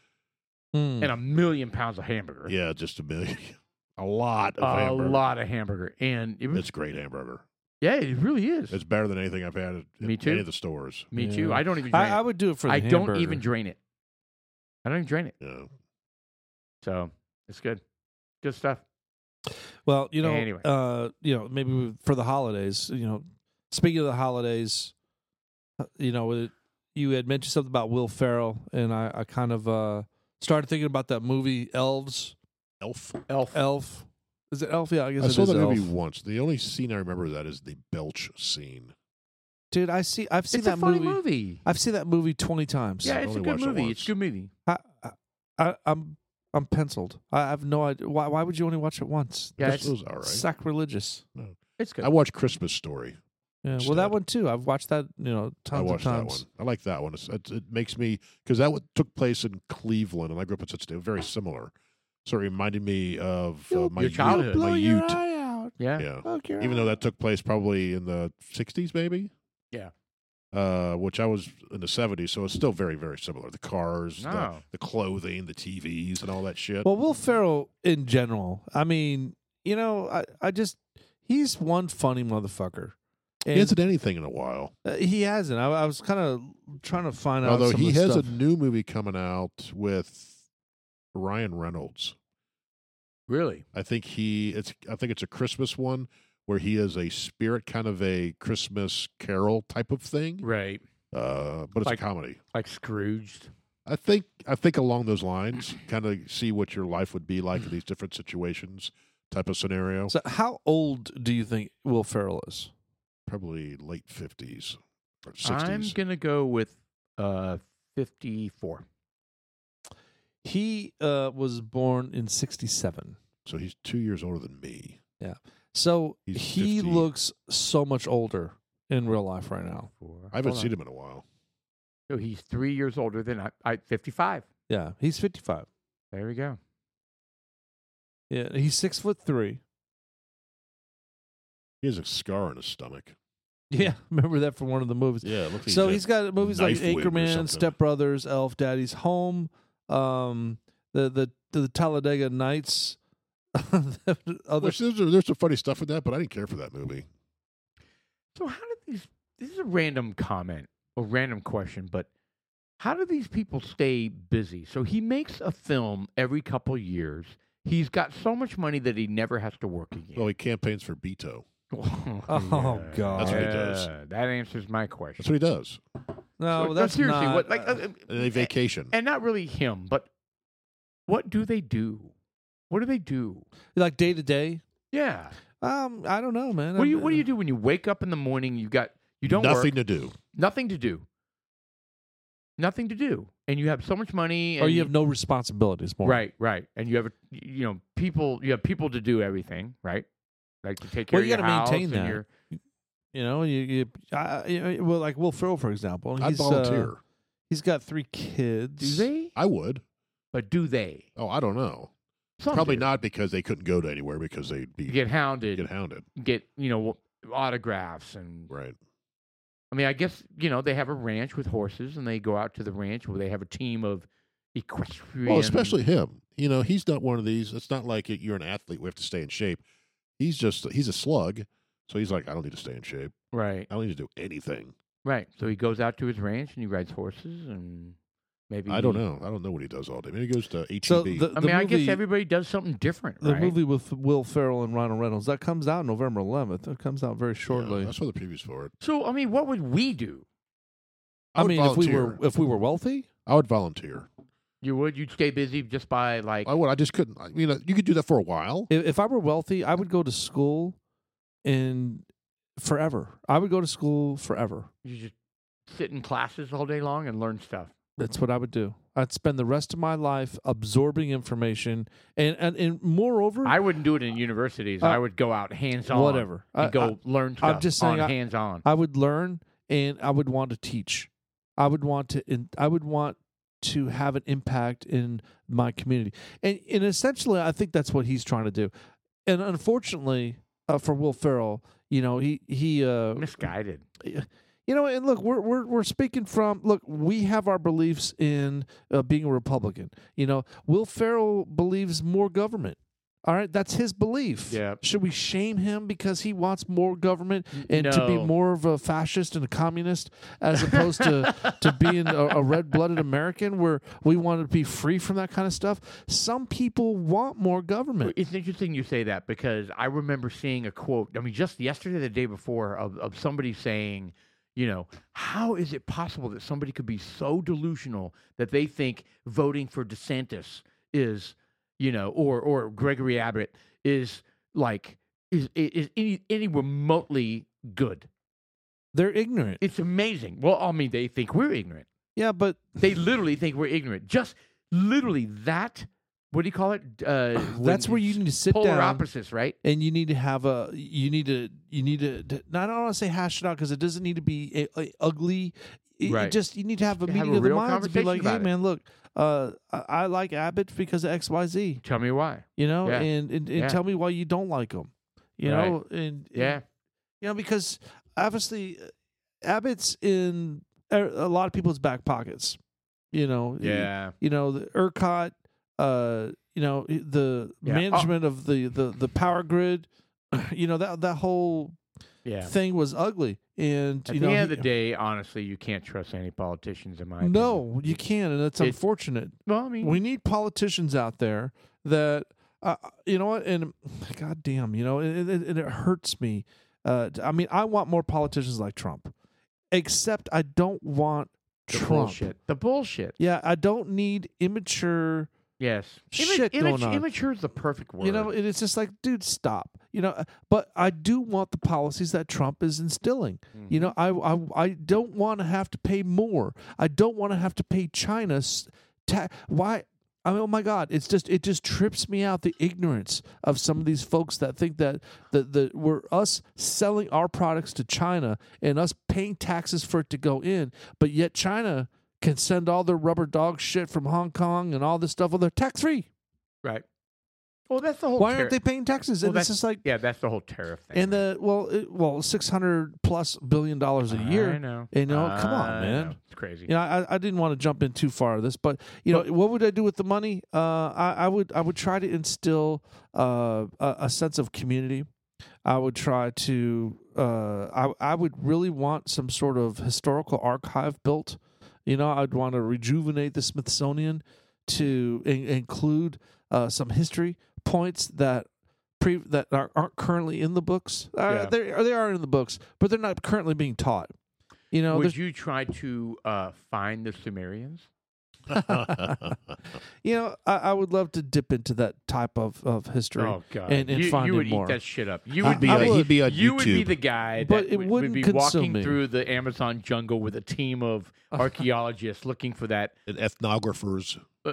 S3: Hmm.
S2: and a million pounds of hamburger,
S1: Yeah, just a million, (laughs) a lot of
S2: a
S1: hamburger.
S2: lot of hamburger, and it was
S1: It's great hamburger.
S2: yeah, it really is.
S1: It's better than anything I've had at at
S2: Me
S1: any
S2: too.
S1: of the stores.
S2: Me too.
S3: Yeah.
S2: I don't even. Drain
S3: I, I
S2: it.
S3: would do it for. The
S2: I don't even
S3: hamburger.
S2: drain it. I don't even drain it,
S1: Yeah.
S2: so it's good, good stuff.
S3: Well, you know,
S2: Anyway.
S3: uh, you know, maybe we- for the holidays. You know, speaking of the holidays, uh, you know, it, you had mentioned something about Will Ferrell, and I, I kind of uh, started thinking about that movie Elves.
S1: Elf.
S2: Elf.
S3: Elf. Is it Elf? Yeah, I guess
S1: I
S3: it
S1: saw
S3: is
S1: that
S3: Elf.
S1: movie once. The only scene I remember of that is the belch scene.
S3: Dude, I see. I've seen
S2: It's
S3: that
S2: a funny
S3: movie.
S2: movie.
S3: I've seen that movie twenty times.
S2: Yeah,
S1: I've
S2: it's a
S1: only
S2: good
S1: watched it
S2: movie.
S1: once.
S2: It's a good movie.
S3: I, I- I, I'm I'm penciled. I have no idea. Why, why would you only watch it once?
S2: Yeah,
S1: This
S2: it's,
S1: was all right.
S3: sacrilegious.
S2: it's good.
S1: I watched Christmas Story.
S3: Yeah, well,
S1: Instead.
S3: that one too. I've watched that you know tons
S1: I watched
S3: of
S1: that
S3: times.
S1: one. I like that one. It's, it, it makes me because that one took place in Cleveland, and I grew up in such a very similar. So it reminded me of uh,
S3: You'll-
S1: my
S2: Your
S1: youth-
S2: childhood.
S1: My
S3: Blow
S1: ute.
S3: your eye out.
S2: yeah.
S1: Yeah.
S3: Poke your
S1: Even
S3: eye
S1: though that
S3: out.
S1: took place probably in the '60s, maybe.
S2: Yeah.
S1: Uh, which I was in the '70s, so it's still very, very similar. The cars, the,
S2: No.
S1: the clothing, the TVs, and all that shit.
S3: Ah. Well, Will Ferrell in general. I mean, you know, I, I just he's one funny motherfucker.
S1: he
S3: And,
S1: hasn't done anything in a while.
S3: uh, he hasn't. I, I was kind of trying to find out.
S1: Although
S3: some
S1: he
S3: of the
S1: has
S3: stuff.
S1: a new movie coming out with Ryan Reynolds.
S2: Really?
S1: I think he it's I think it's a Christmas one where he is a spirit kind of a Christmas carol type of thing.
S2: Right.
S1: Uh, but it's
S2: Like-
S1: a comedy.
S2: Like Scrooged.
S1: I think I think along those lines, kind of see what your life would be like in these different situations type of scenario.
S3: So, how old do you think Will Ferrell is?
S1: Probably late fifties or
S2: I'm
S1: 60s
S2: going to go with uh, 54.
S3: He uh, was born in '67,
S1: so he's two years older than me.
S3: so
S1: He's
S3: he
S1: 50.
S3: looks so much older in real life right now.
S2: Four.
S1: I haven't
S2: Hold
S1: seen
S2: on.
S1: him in a while.
S2: So he's three years older than I. I 55.
S3: Yeah, he's 55.
S2: There we go.
S3: Yeah, he's six foot three. (laughs)
S1: He has a scar on his stomach.
S3: Yeah, remember that from one of the movies.
S1: Yeah, it looks like
S3: so
S1: got-
S3: he's got movies like
S1: knife whip or
S3: Anchorman,
S1: something.
S3: Step Brothers, Elf, Daddy's Home, um, the the the Talladega Nights. (laughs) other
S1: Which, there's, there's some funny stuff in that, but I didn't care for that movie.
S2: So how do these? This is a random comment, a random question, but how do these people stay busy? So he makes a film every couple years. He's got so much money that he never has to work again.
S1: Well, he campaigns for Beto.
S2: (laughs) oh
S3: Oh, God.
S1: That's what he does.
S2: Yeah, That answers my
S1: That's
S2: question.
S1: what he does.
S3: no,
S2: So-
S3: that's
S2: no, seriously
S3: not,
S2: what like
S3: uh,
S2: uh,
S1: And they vacation.
S2: and not really him, but what do they do? What do they do?
S3: like day to day.
S2: Yeah.
S3: Um, I don't know, man.
S2: What do you
S3: I'm-
S2: What do you do when you wake up in the morning? You got you don't
S1: nothing
S2: work,
S1: to do.
S2: nothing to do, nothing to do, and you have so much money. And
S3: Or Oh, you have no responsibilities more.
S2: right, right, and you have a, you know people you have people to do everything right, like to take care
S3: Well,
S2: of
S3: you
S2: your
S3: gotta
S2: house
S3: maintain
S2: and
S3: that.
S2: your-
S3: You know, you, you, I, you well, like Will Ferrell, for example.
S1: I'd
S3: He's, uh,
S1: volunteer.
S3: he's got three kids.
S2: do they?
S1: I would.
S2: But do they?
S1: Oh, I don't know.
S2: Some
S1: Probably
S2: do.
S1: not because they couldn't go to anywhere because they'd be
S2: You get hounded.
S1: get hounded.
S2: get you know autographs and
S1: Right.
S2: I mean, I guess you know they have a ranch with horses, and they go out to the ranch where they have a team of equestrian.
S1: Well, especially him. You know, he's not one of these. It's not like you're an athlete. We have to stay in shape. He's just he's a slug. So he's like, I don't need to stay in shape.
S2: right,
S1: I don't need to do anything.
S2: right. So he goes out to his ranch and he rides horses, and maybe
S1: I don't
S2: he-
S1: know. I don't know what he does all day. Maybe he goes to E HEB.
S3: So the,
S2: I
S3: the
S2: mean, I
S3: movie,
S2: guess everybody does something different,
S3: the
S2: right?
S3: movie with Will Ferrell and Ronald Reynolds that comes out November 11th. It comes out very shortly.
S1: Yeah, I saw the previews for it.
S2: So I mean, what would we do?
S1: I,
S3: I
S1: would
S3: mean,
S1: volunteer.
S3: if we were if we were wealthy,
S1: I would volunteer.
S2: You would you'd stay busy just by like
S1: I would. I just couldn't. I mean, you could do that for a while.
S3: if, if I were wealthy, I would go to school and forever. I would go to school forever.
S2: you just sit in classes all day long and learn stuff.
S3: That's what I would do. I'd spend the rest of my life absorbing information, and and, and moreover,
S2: I wouldn't do it in universities.
S3: Uh,
S2: I would go out hands on,
S3: whatever. I,
S2: and go
S3: I,
S2: learn stuff.
S3: just saying I-
S2: on hands on.
S3: I would learn, and I would want to teach. I would want to. In, I would want to have an impact in my community, and and essentially, I think that's what he's trying to do. And unfortunately, uh, for Will Ferrell, you know, he he uh,
S2: Misguided.
S3: You know, and look, we're we're we're speaking from look. We have our beliefs in uh, being a Republican. You know, Will Farrell believes more government. All right, that's his belief.
S2: Yeah.
S3: Should we shame him because he wants more government and to be
S2: No.
S3: more of a fascist and a communist as opposed
S2: (laughs)
S3: to to being a, a red blooded American where we want to be free from that kind of stuff? Some people want more government.
S2: It's interesting you say that because I remember seeing a quote. I mean, just yesterday, the day before, of, of somebody saying, You know, how is it possible that somebody could be so delusional that they think voting for DeSantis is, you know, or or Gregory Abbott is like is is any any remotely good?
S3: They're ignorant.
S2: It's amazing. Well, I mean, they think we're ignorant.
S3: yeah, but
S2: They literally think we're ignorant. Just literally that. What do you call it?
S3: (sighs)
S2: Uh, when
S3: that's where you
S2: it's
S3: need to sit
S2: polar
S3: down
S2: opposites, right?
S3: and you need to have a you need to you need to to- no, I don't want to say hash it out because it doesn't need to be a, a- ugly. It- it
S2: Right.
S3: just you need to have a
S2: Have
S3: meeting
S2: a
S3: of the
S2: real
S3: minds and be
S2: conversation
S3: like, hey
S2: about it."
S3: man, look, uh, I, I like Abbott because of X Y Z.
S2: Tell me why.
S3: You know,
S2: Yeah.
S3: and and, and
S2: Yeah.
S3: tell me why you don't like him. You
S2: Right.
S3: know, and
S2: Yeah.
S3: you know because obviously uh, Abbott's in a a lot of people's back pockets. You know, you know the ERCOT, uh, you know the
S2: Yeah. Oh.
S3: management of the, the the power grid, (clears throat) you know that that whole
S2: Yeah.
S3: thing was ugly. And
S2: At
S3: you
S2: the
S3: know,
S2: end of
S3: he-
S2: the day, honestly, you can't trust any politicians, in my opinion.
S3: no, you can't, and it's
S2: It-
S3: unfortunate.
S2: Well, I mean,
S3: We need politicians out there that uh, you know what, and God damn, you know, and, and- and it hurts me. Uh, I mean, I want more politicians like Trump, except I don't want
S2: the
S3: Trump.
S2: bullshit. The bullshit.
S3: Yeah, I don't need immature
S2: Yes.
S3: Shit going on.
S2: Immature is the perfect word.
S3: You know, and it's just like, dude, stop. You know, uh, but I do want the policies that Trump is instilling. You know, I I, I don't want to have to pay more. I don't want to have to pay China. s- Ta- why? I mean, oh my God! It's just it just trips me out the ignorance of some of these folks that think that that that we're us selling our products to China and us paying taxes for it to go in, but yet China can send all their rubber dog shit from Hong Kong and all this stuff. Well, they're tax free.
S2: right. Well, that's the whole.
S3: Why
S2: tariff.
S3: aren't they paying taxes?
S2: Oh, Well,
S3: and it's
S2: that's-
S3: just like
S2: Yeah, that's the whole tariff thing.
S3: and the well, it, well, six hundred plus billion dollars a
S2: I
S3: year.
S2: know.
S3: You know, come on,
S2: I
S3: man.
S2: know. It's crazy.
S3: You know, I, I didn't want to jump in too far of this, but you know, what would I do with the money? Uh, I, I would I would try to instill uh, a, a sense of community. I would try to uh, I I would really want some sort of historical archive built. You know, I'd want to rejuvenate the Smithsonian to in- include uh, some history points that pre- that are, aren't currently in the books. Uh,
S2: Yeah.
S3: They they are in the books, but they're not currently being taught. You know,
S2: Would
S3: there's
S2: you try to uh, find the Sumerians?
S3: you know, I, I would love to dip into that type of, of history.
S2: Oh God!
S3: And- and
S2: you,
S3: find
S2: you
S3: it
S2: would
S3: more.
S2: eat that shit up. You
S1: I'd
S2: would be.
S1: on-
S2: the-
S1: he'd be on
S2: you would be
S1: uh, YouTube.
S2: the guy
S3: But
S2: that
S3: it
S2: would, would
S3: wouldn't
S2: be
S3: consume
S2: walking
S3: me.
S2: through the Amazon jungle with a team of
S3: (laughs)
S2: archaeologists looking for that
S1: and ethnographers.
S3: Uh, (laughs)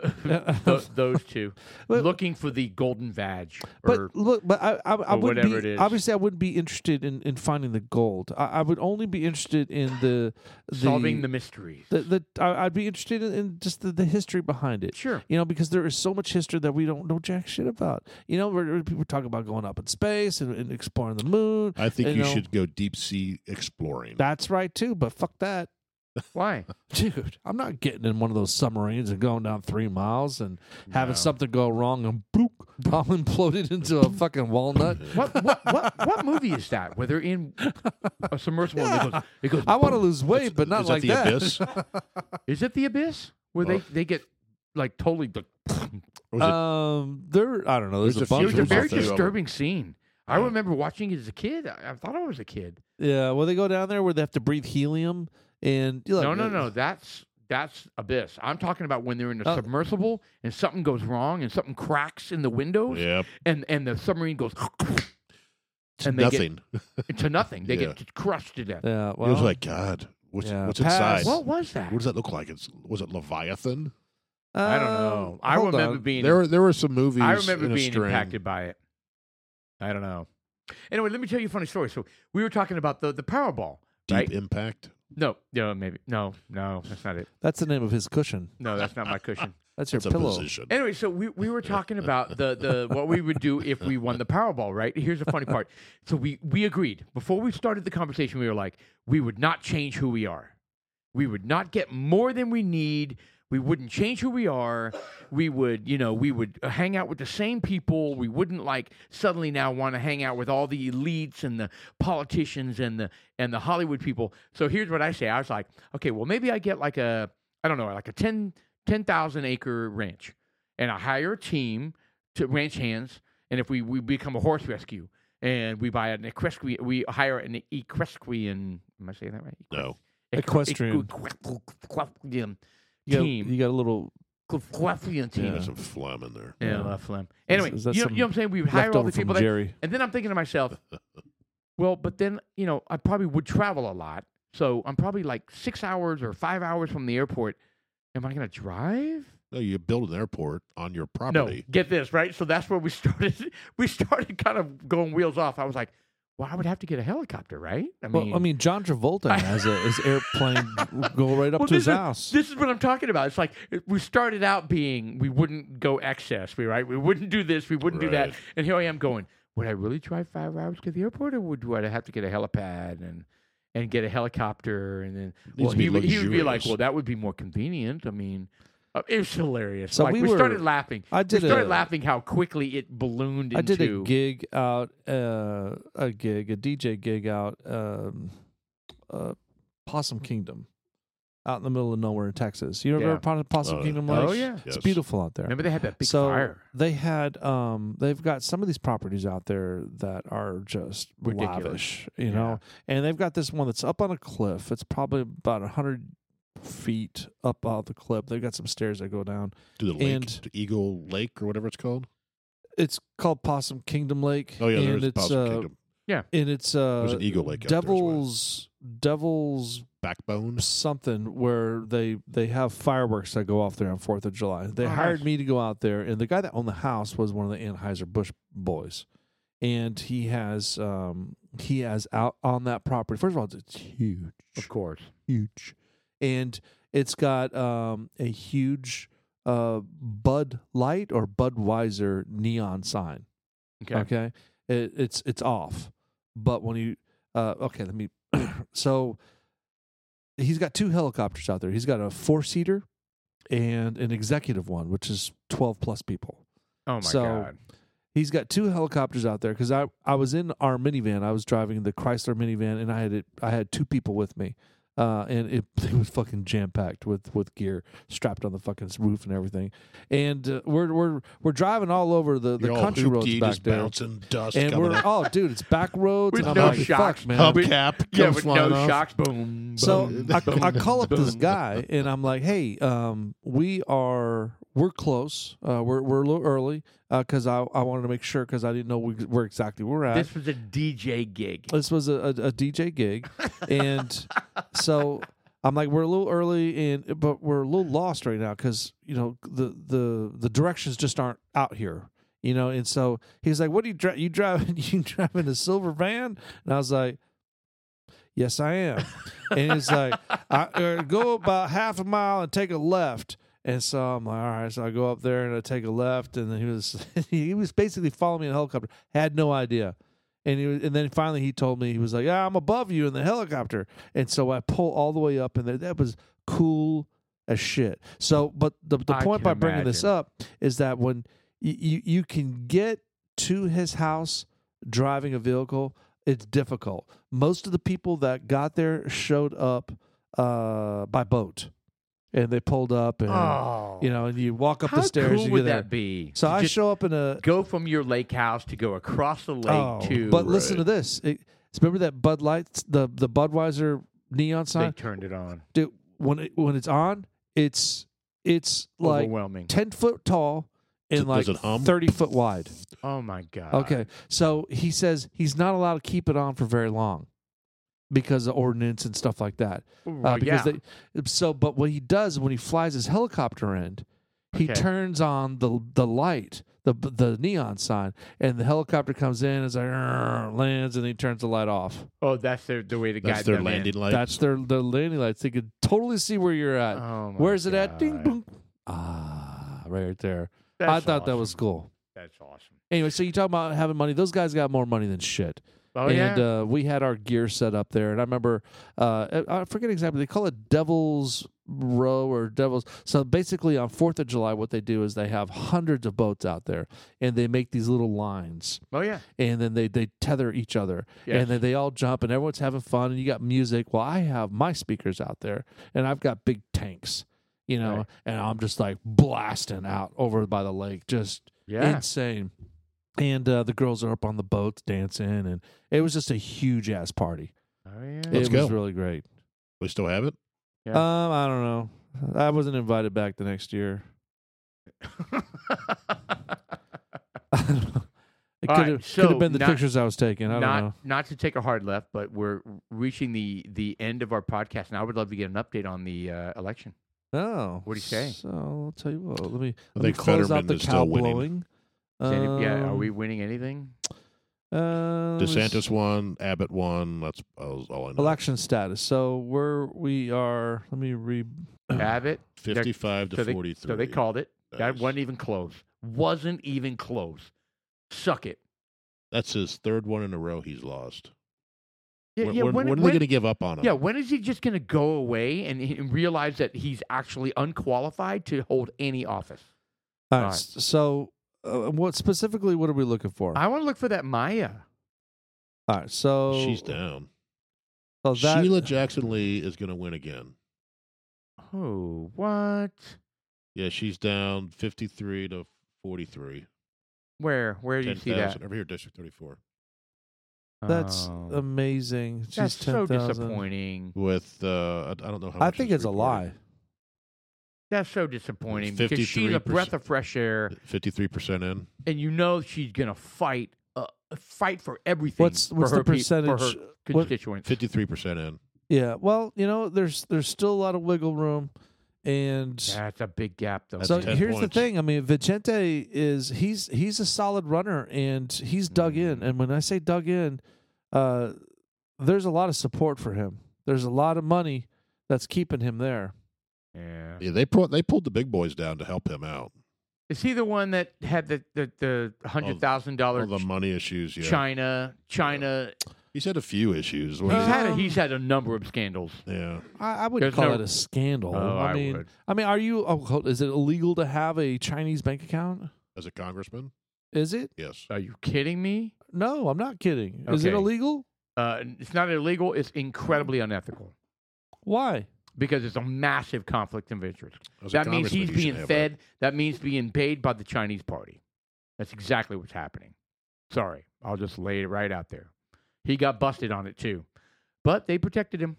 S2: Tho- those two
S3: But-
S2: looking for the golden vag (laughs) or
S3: but look, but I, I, I
S2: or
S3: would
S2: whatever it is.
S3: obviously I wouldn't be interested in, in finding the gold. I, I would only be interested in the, the
S2: solving the mysteries.
S3: the, the I, I'd be interested in, in just the, the history behind it.
S2: sure.
S3: You know, because there is so much history that we don't know jack shit about. You know, where where people talk about going up in space and, and exploring the moon.
S1: I think
S3: You
S1: you,
S3: know-
S1: should go deep sea exploring.
S3: That's right too, but fuck that.
S2: Why?
S3: Dude, I'm not getting in one of those submarines and going down three miles and having
S2: No.
S3: something go wrong and boop, I'm (laughs) imploded into a fucking walnut.
S2: What what what, what movie is that? Where they're in a submersible and
S3: (laughs)
S2: it goes, it goes
S3: I want to
S2: boom.
S3: lose weight, but not
S1: Is
S3: like
S1: that the
S3: that.
S1: abyss? Or
S2: Is it the abyss? Where they,
S1: Oh.
S2: they get like totally the,
S1: was it-
S3: Um, there, I don't know. There's,
S1: There's
S3: a,
S1: a
S2: it
S1: few
S3: bunch
S2: was a
S1: different-
S3: of
S2: very
S3: them.
S1: something.
S2: disturbing scene. I
S1: Yeah.
S2: remember watching it as a kid. I, I thought I was a kid.
S3: Yeah, well, they go down there where they have to breathe helium, and you're like,
S2: No, no, no. That's that's abyss. I'm talking about when they're in a
S3: Oh.
S2: submersible and something goes wrong and something cracks in the windows
S1: Yep.
S2: and, and the submarine goes (laughs)
S1: It's
S2: And they get-
S1: nothing.
S2: to nothing. They
S1: Yeah.
S2: get just crushed to death.
S3: Yeah,
S1: it
S3: well,
S1: was like, God, what's,
S3: Yeah,
S1: what's
S3: pass.
S1: inside?
S2: What was that?
S1: What does that look like? It's was it Leviathan?
S2: I don't know.
S3: uh,
S2: I
S3: hold
S2: remember
S3: on.
S1: Um,
S2: being
S1: There were there were some movies.
S2: I remember
S1: in a
S2: being
S1: string.
S2: impacted by it. I don't know. Anyway, let me tell you a funny story. So we were talking about the the Powerball,
S1: Deep
S2: right?
S1: impact.
S2: No, no, maybe no, no, that's not it.
S3: That's the name of his cushion.
S2: No, that's not my cushion.
S3: That's your
S1: it's a
S3: pillow.
S1: position.
S2: Anyway, so we, we were talking about the, the what we would do if we won the Powerball, right? Here's the funny part. So we, we agreed. Before we started the conversation, we were like, we would not change who we are. We would not get more than we need. We wouldn't change who we are. We would, you know, we would hang out with the same people. We wouldn't like suddenly now want to hang out with all the elites and the politicians and the and the Hollywood people. So here's what I say. I was like, okay, well maybe I get like a I don't know, like a 10 10,000 acre ranch and I hire a team to ranch hands. And if we, we become a horse rescue, and we buy an equestrian. We hire an equestrian. Am I saying that right?
S1: No.
S3: Equestrian.
S2: Equestrian
S3: You got,
S2: team.
S3: you got a little
S2: Equestrian team.
S1: There's some phlegm in there.
S2: Yeah,
S3: Yeah.
S2: uh, phlegm. Anyway,
S3: is
S2: you,
S3: that
S2: know, you
S3: some
S2: know what I'm saying? We would hire all
S3: leftover
S2: these
S3: from
S2: people. That,
S3: Jerry.
S2: and then I'm thinking to
S3: (laughs)
S2: myself, well, but then, you know, I probably would travel a lot. So I'm probably like six hours or five hours from the airport. Am I going to drive?
S1: No, you build an airport on your
S2: No,
S1: property.
S2: get this, right? So that's where we (laughs) started. We started kind of going wheels off. I was like, well, I would have to get a helicopter, right? I mean,
S3: well, I mean, John Travolta has a, his
S2: (laughs)
S3: airplane go right up
S2: Well,
S3: to his
S2: this is-
S3: house.
S2: This is what I'm talking about. It's like it- we started out being we wouldn't go excess, we right? We wouldn't do this, we wouldn't do that,
S1: Right.
S2: and here I am going. Would I really drive five hours to the airport, or would I have to get a helipad and and get a helicopter, and then
S1: Needs
S2: well,
S1: to be
S2: he, would- he would be like,
S1: luxurious.
S2: well, that would be more convenient. I mean, uh, it was hilarious.
S3: So
S2: like we,
S3: we were-
S2: started laughing.
S3: I
S2: We
S3: did
S2: started
S3: a-
S2: laughing how quickly it ballooned
S3: I
S2: into.
S3: did a gig out, uh, a gig, a DJ gig out, um, uh, Possum Kingdom, out in the middle of nowhere in Texas. You
S2: Yeah.
S3: ever heard of Possum
S1: Oh,
S3: Kingdom?
S2: oh
S3: Like,
S2: yeah,
S1: Yes.
S3: it's beautiful out there.
S2: remember they had that big
S3: so
S2: fire.
S3: they had, um, they've got some of these properties out there that are just
S2: Ridiculous.
S3: lavish, you know. And they've got this one that's up on a cliff. It's probably about a hundred feet up off the cliff. They've got some stairs that go down.
S1: To the lake,
S3: and-
S1: to Eagle Lake or whatever it's called.
S3: It's called Possum Kingdom Lake.
S1: Oh yeah,
S3: and
S1: there's
S3: it's
S1: Possum
S3: uh,
S1: Kingdom.
S3: and it's uh,
S1: There's an Eagle Lake. out there as well.
S3: Devil's Devil's
S1: backbone.
S3: something where they they have fireworks that go off there on Fourth of July. They
S2: Oh,
S3: hired
S2: nice.
S3: me to go out there, and the guy that owned the house was one of the Anheuser Busch boys, and he has um he has out on that property. First of all, it's huge,
S2: Of course,
S3: huge, and it's got um a huge uh Bud Light or Budweiser neon sign.
S2: okay,
S3: Okay. It, it's it's off. But when you uh okay, let me (coughs) so he's got two helicopters out there. He's got a four seater and an executive one, which is twelve plus people.
S2: oh my
S3: So-
S2: god,
S3: He's got two helicopters out there because I, I was in our minivan. I was driving the Chrysler minivan and I had it, I had two people with me. Uh, and it, (laughs) it was fucking jam packed with, with gear strapped on the fucking roof and everything. And uh, we're we're we're driving all over the, the
S1: You're all
S3: country roads
S1: hoopty,
S3: back
S1: just
S3: there
S1: bouncing dust
S3: and
S1: coming
S3: we're (laughs)
S1: up.
S3: oh dude it's back roads
S2: With
S3: and I'm
S2: no
S3: like,
S2: shocks.
S3: fuck, man
S2: Hub-
S1: Hubcap
S2: yeah,
S1: comes
S2: with
S1: flying
S2: no
S1: off.
S2: shocks, boom.
S3: so
S2: boom, (laughs)
S3: I,
S2: boom,
S3: I call up this
S2: boom.
S3: guy and I'm like hey um we are we're close uh we're we're a little early because I I wanted to make sure because I didn't know we, where exactly we're at
S2: This was a DJ gig.
S3: this was a, a, a DJ gig, and so I'm like, we're a little early, and but we're a little lost right now because you know the the the directions just aren't out here, you know. And so he's like, "What are you dri You driving? (laughs) You driving a silver van?" And I was like, "Yes, I am." and he's like, (laughs) I, uh, "Go about half a mile and take a left." And so I'm like, all right. So I go up there and I take a left, and then he was (laughs) he was basically following me in a helicopter. Had no idea. And he was, and then finally he told me he was like, "Ah, I'm above you in the helicopter." And so I pull all the way up, and that- that was cool as shit. So, but the the
S2: I
S3: point
S2: can
S3: by bringing this
S2: imagine.
S3: up is that when you, you you can get to his house driving a vehicle, it's difficult. Most of the people that got there showed up uh, by boat, and they pulled up, and
S2: oh,
S3: you know, and you walk up
S2: how
S3: the stairs,
S2: cool
S3: you
S2: would
S3: get there.
S2: that be?
S3: So
S2: To
S3: I
S2: just
S3: show up in a oh,
S2: go from your lake house to go across the lake to.
S3: but
S1: Right.
S3: listen to this. It, remember that Bud Lights, the the Budweiser neon
S2: they
S3: sign.
S2: turned it on.
S3: Dude, when it, when it's on, it's it's like
S2: Overwhelming.
S3: ten foot tall and
S1: Does
S3: like
S1: it hum?
S3: thirty foot wide.
S2: Oh my god.
S3: Okay, so he says he's not allowed to keep it on for very long because of ordinance and stuff like that.
S2: Ooh,
S3: Uh, because
S2: yeah.
S3: they, so, but what he does when he flies his helicopter in, he
S2: Okay.
S3: turns on the the light, the the neon sign, and the helicopter comes in. It's like "Arr," lands, and he turns the light off.
S2: oh, that's their, the way to
S1: That's
S2: guide
S1: their
S2: them in.
S1: landing lights.
S3: That's their the landing lights. They could totally see where you're at.
S2: Oh my
S3: Where's it at? Ding
S2: God.
S3: dong. Ah, right there.
S2: That's
S3: I thought that
S2: awesome.
S3: was cool.
S2: That's awesome.
S3: Anyway, so you talk about having money. Those guys got more money than shit.
S2: Oh
S3: and
S2: yeah.
S3: uh, we had our gear set up there. And I remember, uh, I I forget exactly, they call it Devil's Row or Devil's. So basically, on 4th of July, what they do is they have hundreds of boats out there and they make these little lines
S2: oh yeah.
S3: and then they, they tether each other
S2: Yes.
S3: and then they all jump and everyone's having fun and you got music. Well, I have my speakers out there and I've got big tanks. You know,
S2: Right.
S3: and I'm just like blasting out over by the lake, just
S2: Yeah.
S3: insane. and uh, the girls are up on the boats dancing, and it was just a huge ass party.
S2: Oh, yeah.
S1: Let's
S2: (laughs)
S3: it
S1: go.
S3: was really great.
S1: They still have it.
S2: Yeah.
S3: Um, I don't know. I wasn't invited back the next year. (laughs) I don't know. it
S2: All
S3: could have
S2: right,
S3: could
S2: so
S3: have been the
S2: not-
S3: pictures I was taking. I don't
S2: not
S3: know.
S2: not to take a hard left, but we're reaching the the end of our podcast, and I would love to get an update on the uh, election.
S3: Oh,
S2: What do you say?
S3: So I'll tell you what. Let me
S1: I
S3: let me
S1: think
S3: close out
S1: Fetterman
S3: the
S1: is
S3: cow
S1: still winning.
S3: blowing.
S2: Is any- yeah, are
S3: Um,
S2: we winning anything?
S3: Uh, let me
S1: DeSantis won. Abbott won. That's all all I know.
S3: election status. So we're we are. Let me re.
S2: Abbott. They're-
S1: Fifty-five
S2: so
S1: to
S2: they-
S1: forty-three.
S2: So they called it. That
S1: Nice.
S2: wasn't even close. Wasn't even close. Suck it.
S1: That's his third one in a row he's lost.
S2: Yeah,
S1: when,
S2: yeah.
S1: when-
S2: when,
S1: when are they
S2: when-
S1: going to give up on him?
S2: yeah, when is he just going to go away and, and realize that he's actually unqualified to hold any office?
S3: All
S2: All
S3: right.
S2: right.
S3: So uh, what specifically? What are we looking for?
S2: I want to look for that Maya.
S3: All right. So
S1: She's down.
S3: So that,
S1: Sheila Jackson Lee is going to win again.
S2: Oh, what?
S1: Yeah, she's down 53 to 43.
S2: Where? Where do you see that?
S1: 10,000 over here, District 34,
S3: That's
S2: Oh.
S3: amazing. She's
S2: that's so
S3: 10,000.
S2: disappointing.
S1: with uh, I, I don't know how.
S3: I
S1: much
S3: think
S1: is
S3: it's a lie.
S1: reported.
S2: That's so disappointing because she's a
S1: 53%.
S2: breath of fresh air,
S1: 53% in.
S2: and you know she's gonna fight, uh, fight for everything.
S3: What's
S2: for
S3: what's
S2: her
S3: the
S2: peop-
S3: percentage?
S2: for her
S3: what-
S2: constituents?
S1: 53% in.
S3: yeah. Well, you know, there's there's still a lot of wiggle room, and
S2: That's a big gap, though.
S1: That's
S3: so
S1: 10
S3: here's
S1: points.
S3: the thing. I mean, Vicente is he's he's a solid runner, and he's dug
S2: Mm.
S3: in. And when I say dug in, uh, there's a lot of support for him. There's a lot of money that's keeping him there.
S2: yeah.
S1: Yeah, they pulled they pulled the big boys down to help him out.
S2: Is he the one that had the the, the hundred thousand
S1: All
S2: dollars
S1: Oh, the money issues. Yeah,
S2: China China?
S1: he's had a few issues. where
S2: He's
S1: he-
S2: had a,
S3: Um,
S2: he's had a number of scandals.
S1: yeah,
S3: I, I would
S2: There's
S3: call
S2: no-
S3: it a scandal.
S2: Oh,
S3: I
S2: I
S3: mean,
S2: would.
S3: I mean, are you? Oh, hold- is it illegal to have a Chinese bank account?
S1: as a congressman,
S3: Is it?
S1: yes.
S2: Are you kidding me?
S3: No, I'm not kidding. Is it
S2: Okay.
S3: illegal?
S2: Uh, it's not illegal. It's incredibly unethical
S3: Why?
S2: because it's a massive conflict of interest.
S1: As a
S2: That means
S1: congressman,
S2: he's
S1: you should
S2: being
S1: have
S2: fed. That means being paid by the Chinese party. That's exactly what's happening. Sorry, I'll just lay it right out there. He got busted on it too, but they protected him.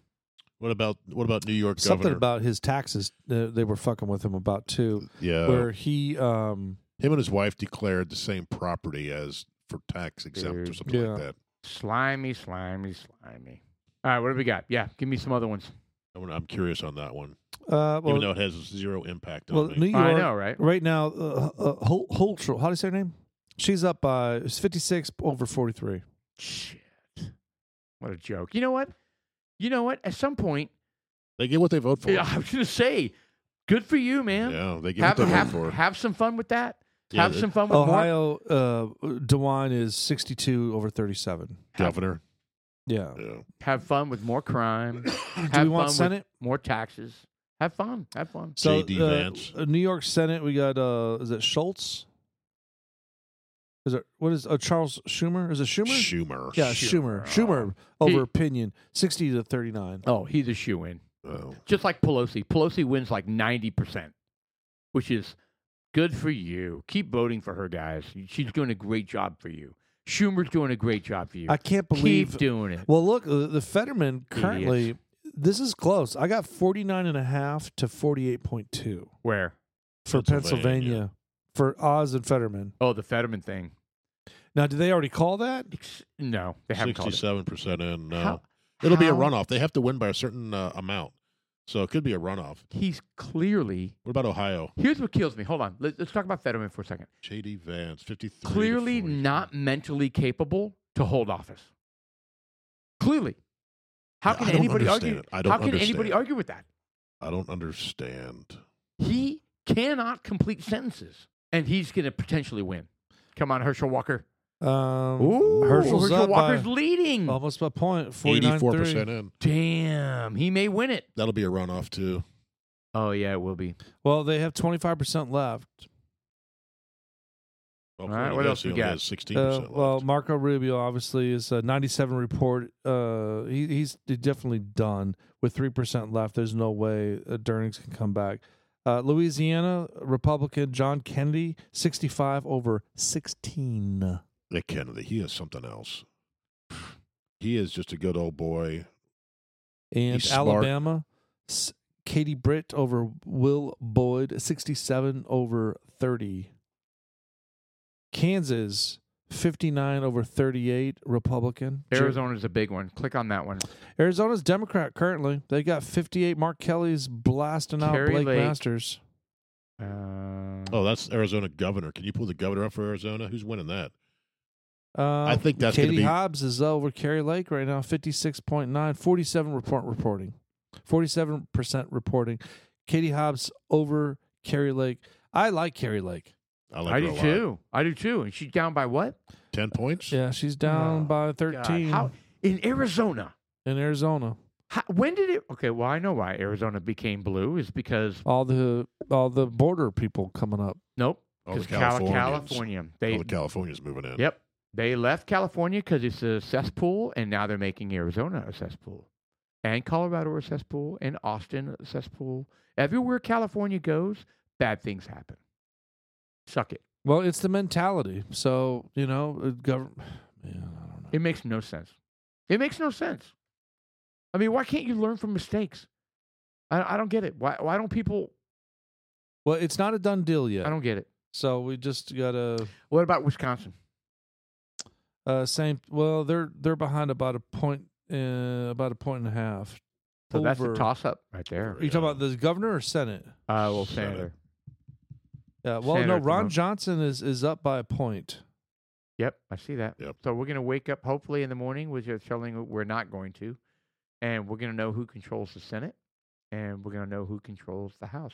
S1: What about what about New York
S3: Something
S1: governor?
S3: about his taxes. Uh, they were fucking with him about too.
S2: Oh.
S1: yeah,
S3: where he, um,
S1: him and his wife declared the same property as for tax exempt or
S2: Dude.
S1: something
S3: Yeah.
S1: like that.
S2: Slimy, slimy, slimy. All right, what do we got? Yeah, give me some other ones.
S1: I wanna- I'm curious on that one,
S3: uh, well,
S1: even though it has zero impact on
S3: well,
S1: me.
S3: New York
S2: I know, right?
S3: right now, uh, uh, Hol- Holtrell. How do you say her name? She's up. Uh, it's 56 over 43.
S2: Shit, what a joke. You know what? You know what? At some point, (laughs)
S1: They get what they vote for.
S2: Yeah, I was gonna say, good for you, man.
S1: Yeah, they get
S2: have,
S1: what they
S2: have,
S1: vote for.
S2: have some fun with that.
S1: Yeah,
S2: have
S1: the
S2: some fun with Mark.
S3: Ohio uh, DeWine is 62 over 37.
S1: governor.
S3: Yeah.
S1: Yeah.
S2: Have fun with more crime.
S3: Do
S2: have
S3: we want
S2: fun with
S3: Senate?
S2: more taxes. Have fun. Have fun.
S1: J.D.
S3: uh,
S1: Vance.
S3: uh, New York Senate, we got uh, is it Schultz? Is it what is uh, Charles Schumer? Is it Schumer?
S1: Schumer.
S3: yeah,
S2: Schumer.
S3: Schumer. Schumer over
S2: He-
S3: opinion, sixty to thirty nine.
S2: Oh, he's a shoe in.
S1: Oh.
S2: Just like Pelosi. Pelosi wins like 90%, which is good for you. Keep voting for her, guys. She's doing a great job for you. Schumer's doing a great job for you.
S3: I can't believe.
S2: Keep doing it.
S3: well, look, uh, the Fetterman currently.
S2: Idiots.
S3: This is close. I got forty nine and a half to forty eight point two
S2: Where?
S3: for
S1: Pennsylvania.
S3: Pennsylvania for Oz and Fetterman.
S2: Oh, the Fetterman thing.
S3: Now, did they already call that?
S2: Ex- No, they haven't called it.
S1: Sixty-seven percent in. No,
S2: How-
S1: it'll be a
S2: how-
S1: runoff. They have to win by a certain uh, amount, so it could be a runoff.
S2: He's clearly.
S1: What about Ohio?
S2: Here's what kills me. Hold on. Let, let's talk about Fetterman for a second.
S1: J.D. Vance, fifty-three. to
S2: Clearly
S1: 43.
S2: not mentally capable to hold office. Clearly. How
S1: Yeah,
S2: can
S1: I don't
S2: anybody argue?
S1: understand it. I don't
S2: how can anybody
S1: understand.
S2: argue with that?
S1: I don't understand.
S2: He cannot complete sentences, and he's going to potentially win. Come on, Herschel Walker.
S3: Um,
S2: Ooh,
S3: Herschel's
S2: Herschel Um,
S3: up
S2: Walker's
S3: by
S2: leading.
S3: almost by point.
S1: Eighty-four
S3: 49
S1: percent in.
S2: Damn, he may win it.
S1: That'll be a runoff too.
S2: Oh yeah, it will be.
S3: Well, they have twenty five percent left.
S1: Well,
S2: All right,
S1: according to
S2: what
S1: this,
S2: else
S1: he
S2: we
S1: only
S2: got?
S1: has Sixteen
S3: Uh,
S1: percent.
S3: well, Marco Rubio obviously is a 97 report. Uh, he, he's definitely done with three percent left. There's no way uh, Durnings can come back. Uh, Louisiana Republican John Kennedy 65 over 16.
S1: Nick Kennedy, he is something else. He is just a good old boy.
S3: And
S1: He's smart.
S3: Alabama, S- Katie Britt over Will Boyd, 67 over 30. Kansas, 59 over 38, Republican. Jer-
S2: Arizona's a big one. Click on that one.
S3: Arizona's Democrat currently. They got 58. Mark Kelly's blasting out
S2: Kerry
S3: Blake
S2: Lake.
S3: Masters.
S2: Uh,
S1: Oh, that's Arizona governor. Can you pull the governor up for Arizona? Who's winning that?
S3: Uh,
S2: Um,
S1: I think that's gonna
S3: Katie
S1: be-
S3: Hobbs is over Carrie Lake right now, 56.9, 47 report reporting, 47% reporting. Katie Hobbs over Carrie Lake. I like Carrie Lake.
S1: I like
S2: I
S1: her a
S2: do
S1: lot.
S2: too. I do too. And she's down by what?
S1: Ten points.
S3: Yeah, she's down
S2: Oh,
S3: by
S2: God,
S3: 13
S2: how in Arizona?
S3: in Arizona.
S2: How, when did it? Okay, well I know why Arizona became blue is because
S3: All the all the border people coming up.
S2: nope,
S1: All the
S2: because Cali-
S1: Californians.
S2: California. They
S1: All the Californians moving in.
S2: yep, they left California because it's a cesspool, and now they're making Arizona a cesspool, and Colorado a cesspool, and Austin a cesspool. Everywhere California goes, bad things happen. Suck it.
S3: Well, it's the mentality. So, you know, government (sighs) man, I don't know.
S2: It makes no sense. It makes no sense. I mean, why can't you learn from mistakes? I, I don't get it. Why, why don't people?
S3: Well, it's not a done deal yet.
S2: I don't get it.
S3: so, we just got to
S2: What about Wisconsin?
S3: Uh, same. Well, they're they're behind about a point, uh, about a point and a half.
S2: So that's a
S3: over-
S2: toss up right there.
S3: Are you talking about the governor or senate?
S2: Uh, well,
S1: Shut up.
S2: Senator.
S3: Yeah. Well,
S2: Senator
S3: no.
S2: at the
S3: Ron
S2: moment.
S3: Johnson is is up by a point.
S2: Yep, I see that.
S1: Yep.
S2: So we're going to wake up hopefully in the morning, which is telling we're not going to. And we're going to know who controls the Senate and we're going to know who controls the House.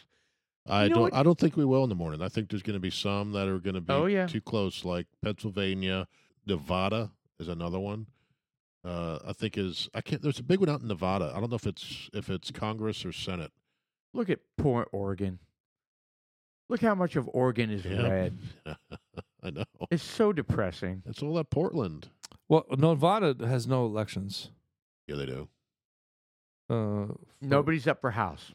S1: I
S2: You know
S1: don't.
S2: what-
S1: I don't think we will in the morning. I think there's going to be some that are going to be
S2: Oh, yeah.
S1: too close, like Pennsylvania, Nevada is another one. Uh, I think is I can't. There's a big one out in Nevada. I don't know if it's if it's Congress or Senate.
S2: Look at poor Oregon. Look how much of Oregon is
S1: Yeah.
S2: red.
S1: (laughs) I know
S2: It's so depressing.
S1: it's all that Portland.
S3: Well, Nevada has no elections.
S1: Yeah, they do.
S3: Uh,
S2: Nobody's up for House.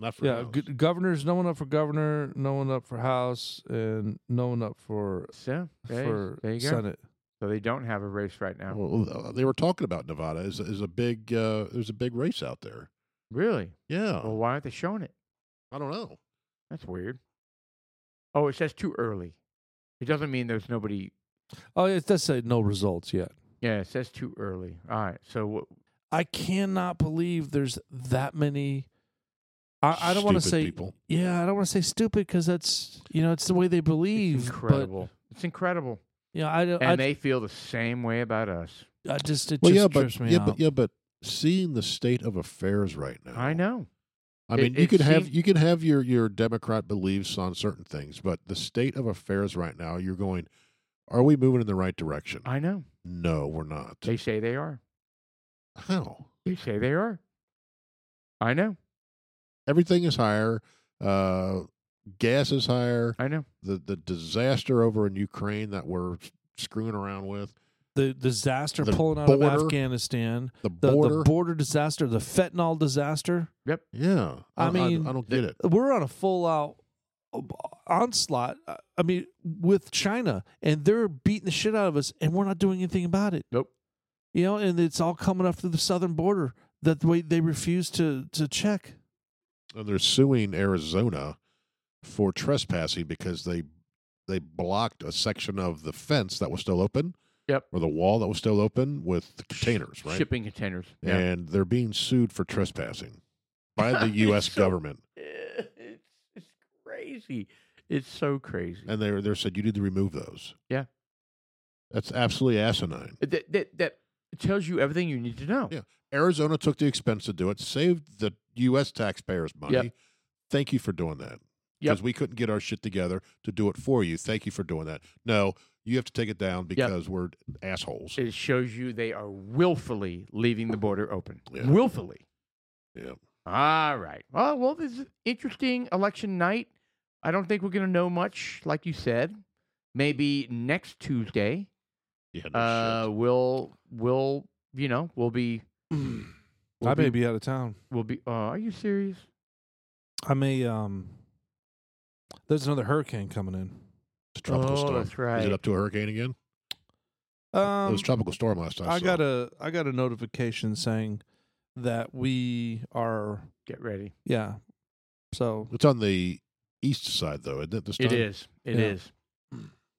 S1: Not for
S3: yeah.
S1: House.
S3: G- governors. No one up for governor. No one up for House, and no one up for
S2: So there, you-
S3: for
S2: there you go.
S3: Senate.
S2: So they don't have a race right now.
S1: Well, uh, they were talking about Nevada. Is is a big uh, there's a big race out there.
S2: Really?
S1: Yeah,
S3: Oh.
S2: Well, why aren't they showing it?
S1: I don't know.
S2: That's weird. Oh, it says too early. It doesn't mean there's nobody.
S3: Oh, it does say no results yet.
S2: Yeah, it says too early. All right. So what?
S3: I cannot believe there's that many. I, I don't want to
S1: Stupid
S3: say
S1: people.
S3: Yeah, I don't want to say stupid because that's you know it's the way they believe.
S2: It's incredible. It's incredible.
S3: But, you know, I don't.
S2: And
S3: I,
S2: they feel the same way about us.
S3: I just it
S1: Well,
S3: just
S1: yeah, but
S3: trips me
S1: yeah,
S3: out.
S1: but yeah, but seeing the state of affairs right now.
S2: I know.
S1: I
S2: It-
S1: mean, you
S2: it
S1: could have
S2: seem-
S1: you could have your your Democrat beliefs on certain things, but the state of affairs right now, you're going, are we moving in the right direction?
S2: I know.
S1: no, we're not.
S2: They say they are.
S1: How?
S2: They say they are. I know.
S1: Everything is higher. Uh, gas is higher.
S2: I know.
S1: The the disaster over in Ukraine that we're screwing around with.
S3: the disaster
S1: The
S3: pulling out of
S1: border,
S3: Afghanistan,
S1: The
S3: the
S1: border.
S3: the border disaster, the fentanyl disaster.
S1: yeah.
S3: I mean,
S1: I, don't get it.
S3: We're on a full out uh, onslaught. uh, I mean, with China, and they're beating the shit out of us, and we're not doing anything about it.
S2: Nope.
S3: You know, and it's all coming up through the southern border. That way they refuse to to check.
S1: And they're suing Arizona for trespassing because they they blocked a section of the fence that was still open.
S2: Yep.
S1: Or the wall that was still open with containers, right?
S2: Shipping containers. Yeah.
S1: and they're being sued for trespassing by
S2: (laughs)
S1: the U.S.
S2: So-
S1: government.
S2: (laughs) It's, it's crazy. It's so crazy.
S1: And they're they're said you need to remove those.
S2: Yeah.
S1: that's absolutely asinine.
S2: that, that, that tells you everything you need to know.
S1: Yeah. Arizona took the expense to do it, saved the U.S. taxpayers money.
S2: Yep.
S1: Thank you for doing that.
S2: Yep.
S1: Because we couldn't get our shit together to do it for you. Thank you for doing that. No, you have to take it down because we're assholes.
S2: It shows you they are willfully leaving the border open.
S1: Yeah.
S2: Willfully.
S1: Yeah.
S2: All right. Well, well, this is an interesting election night. I don't think we're going to know much, like you said. Maybe next Tuesday,
S1: Yeah, no
S2: uh,
S1: shit.
S2: we'll we'll you know we'll be
S1: Hmm.
S2: Mm. we'll
S3: I may
S2: be,
S3: be out of town.
S2: we'll be. Uh, are you serious?
S3: I may um there's another hurricane coming in.
S1: It's a tropical
S2: oh,
S1: storm.
S2: that's right.
S1: Is it up to a hurricane again? it
S3: Um,
S1: was tropical storm last time.
S3: I
S1: so-
S3: got a I got a notification saying that we are
S2: Get ready.
S3: yeah. So
S1: It's on the east side though, isn't it? This time?
S2: It is. It is.
S3: Yeah.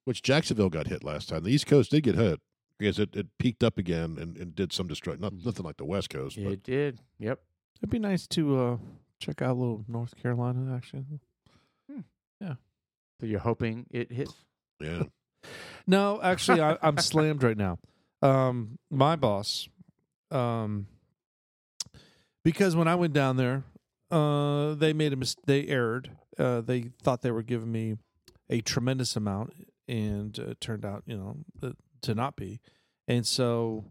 S1: Which Jacksonville got hit last time. The East Coast did get hit because it, it peaked up again and, and did some destruction. Not, nothing like the West Coast, but
S2: It did. Yep.
S3: it'd be nice to uh, check out a little North Carolina action.
S2: So you're hoping it hits. (laughs)
S1: yeah.
S3: No, actually, I, I'm slammed right now. Um, my boss, um, because when I went down there, uh, they made a mis- they erred. Uh, they thought they were giving me a tremendous amount, and uh, it turned out, you know, uh, to not be. And so,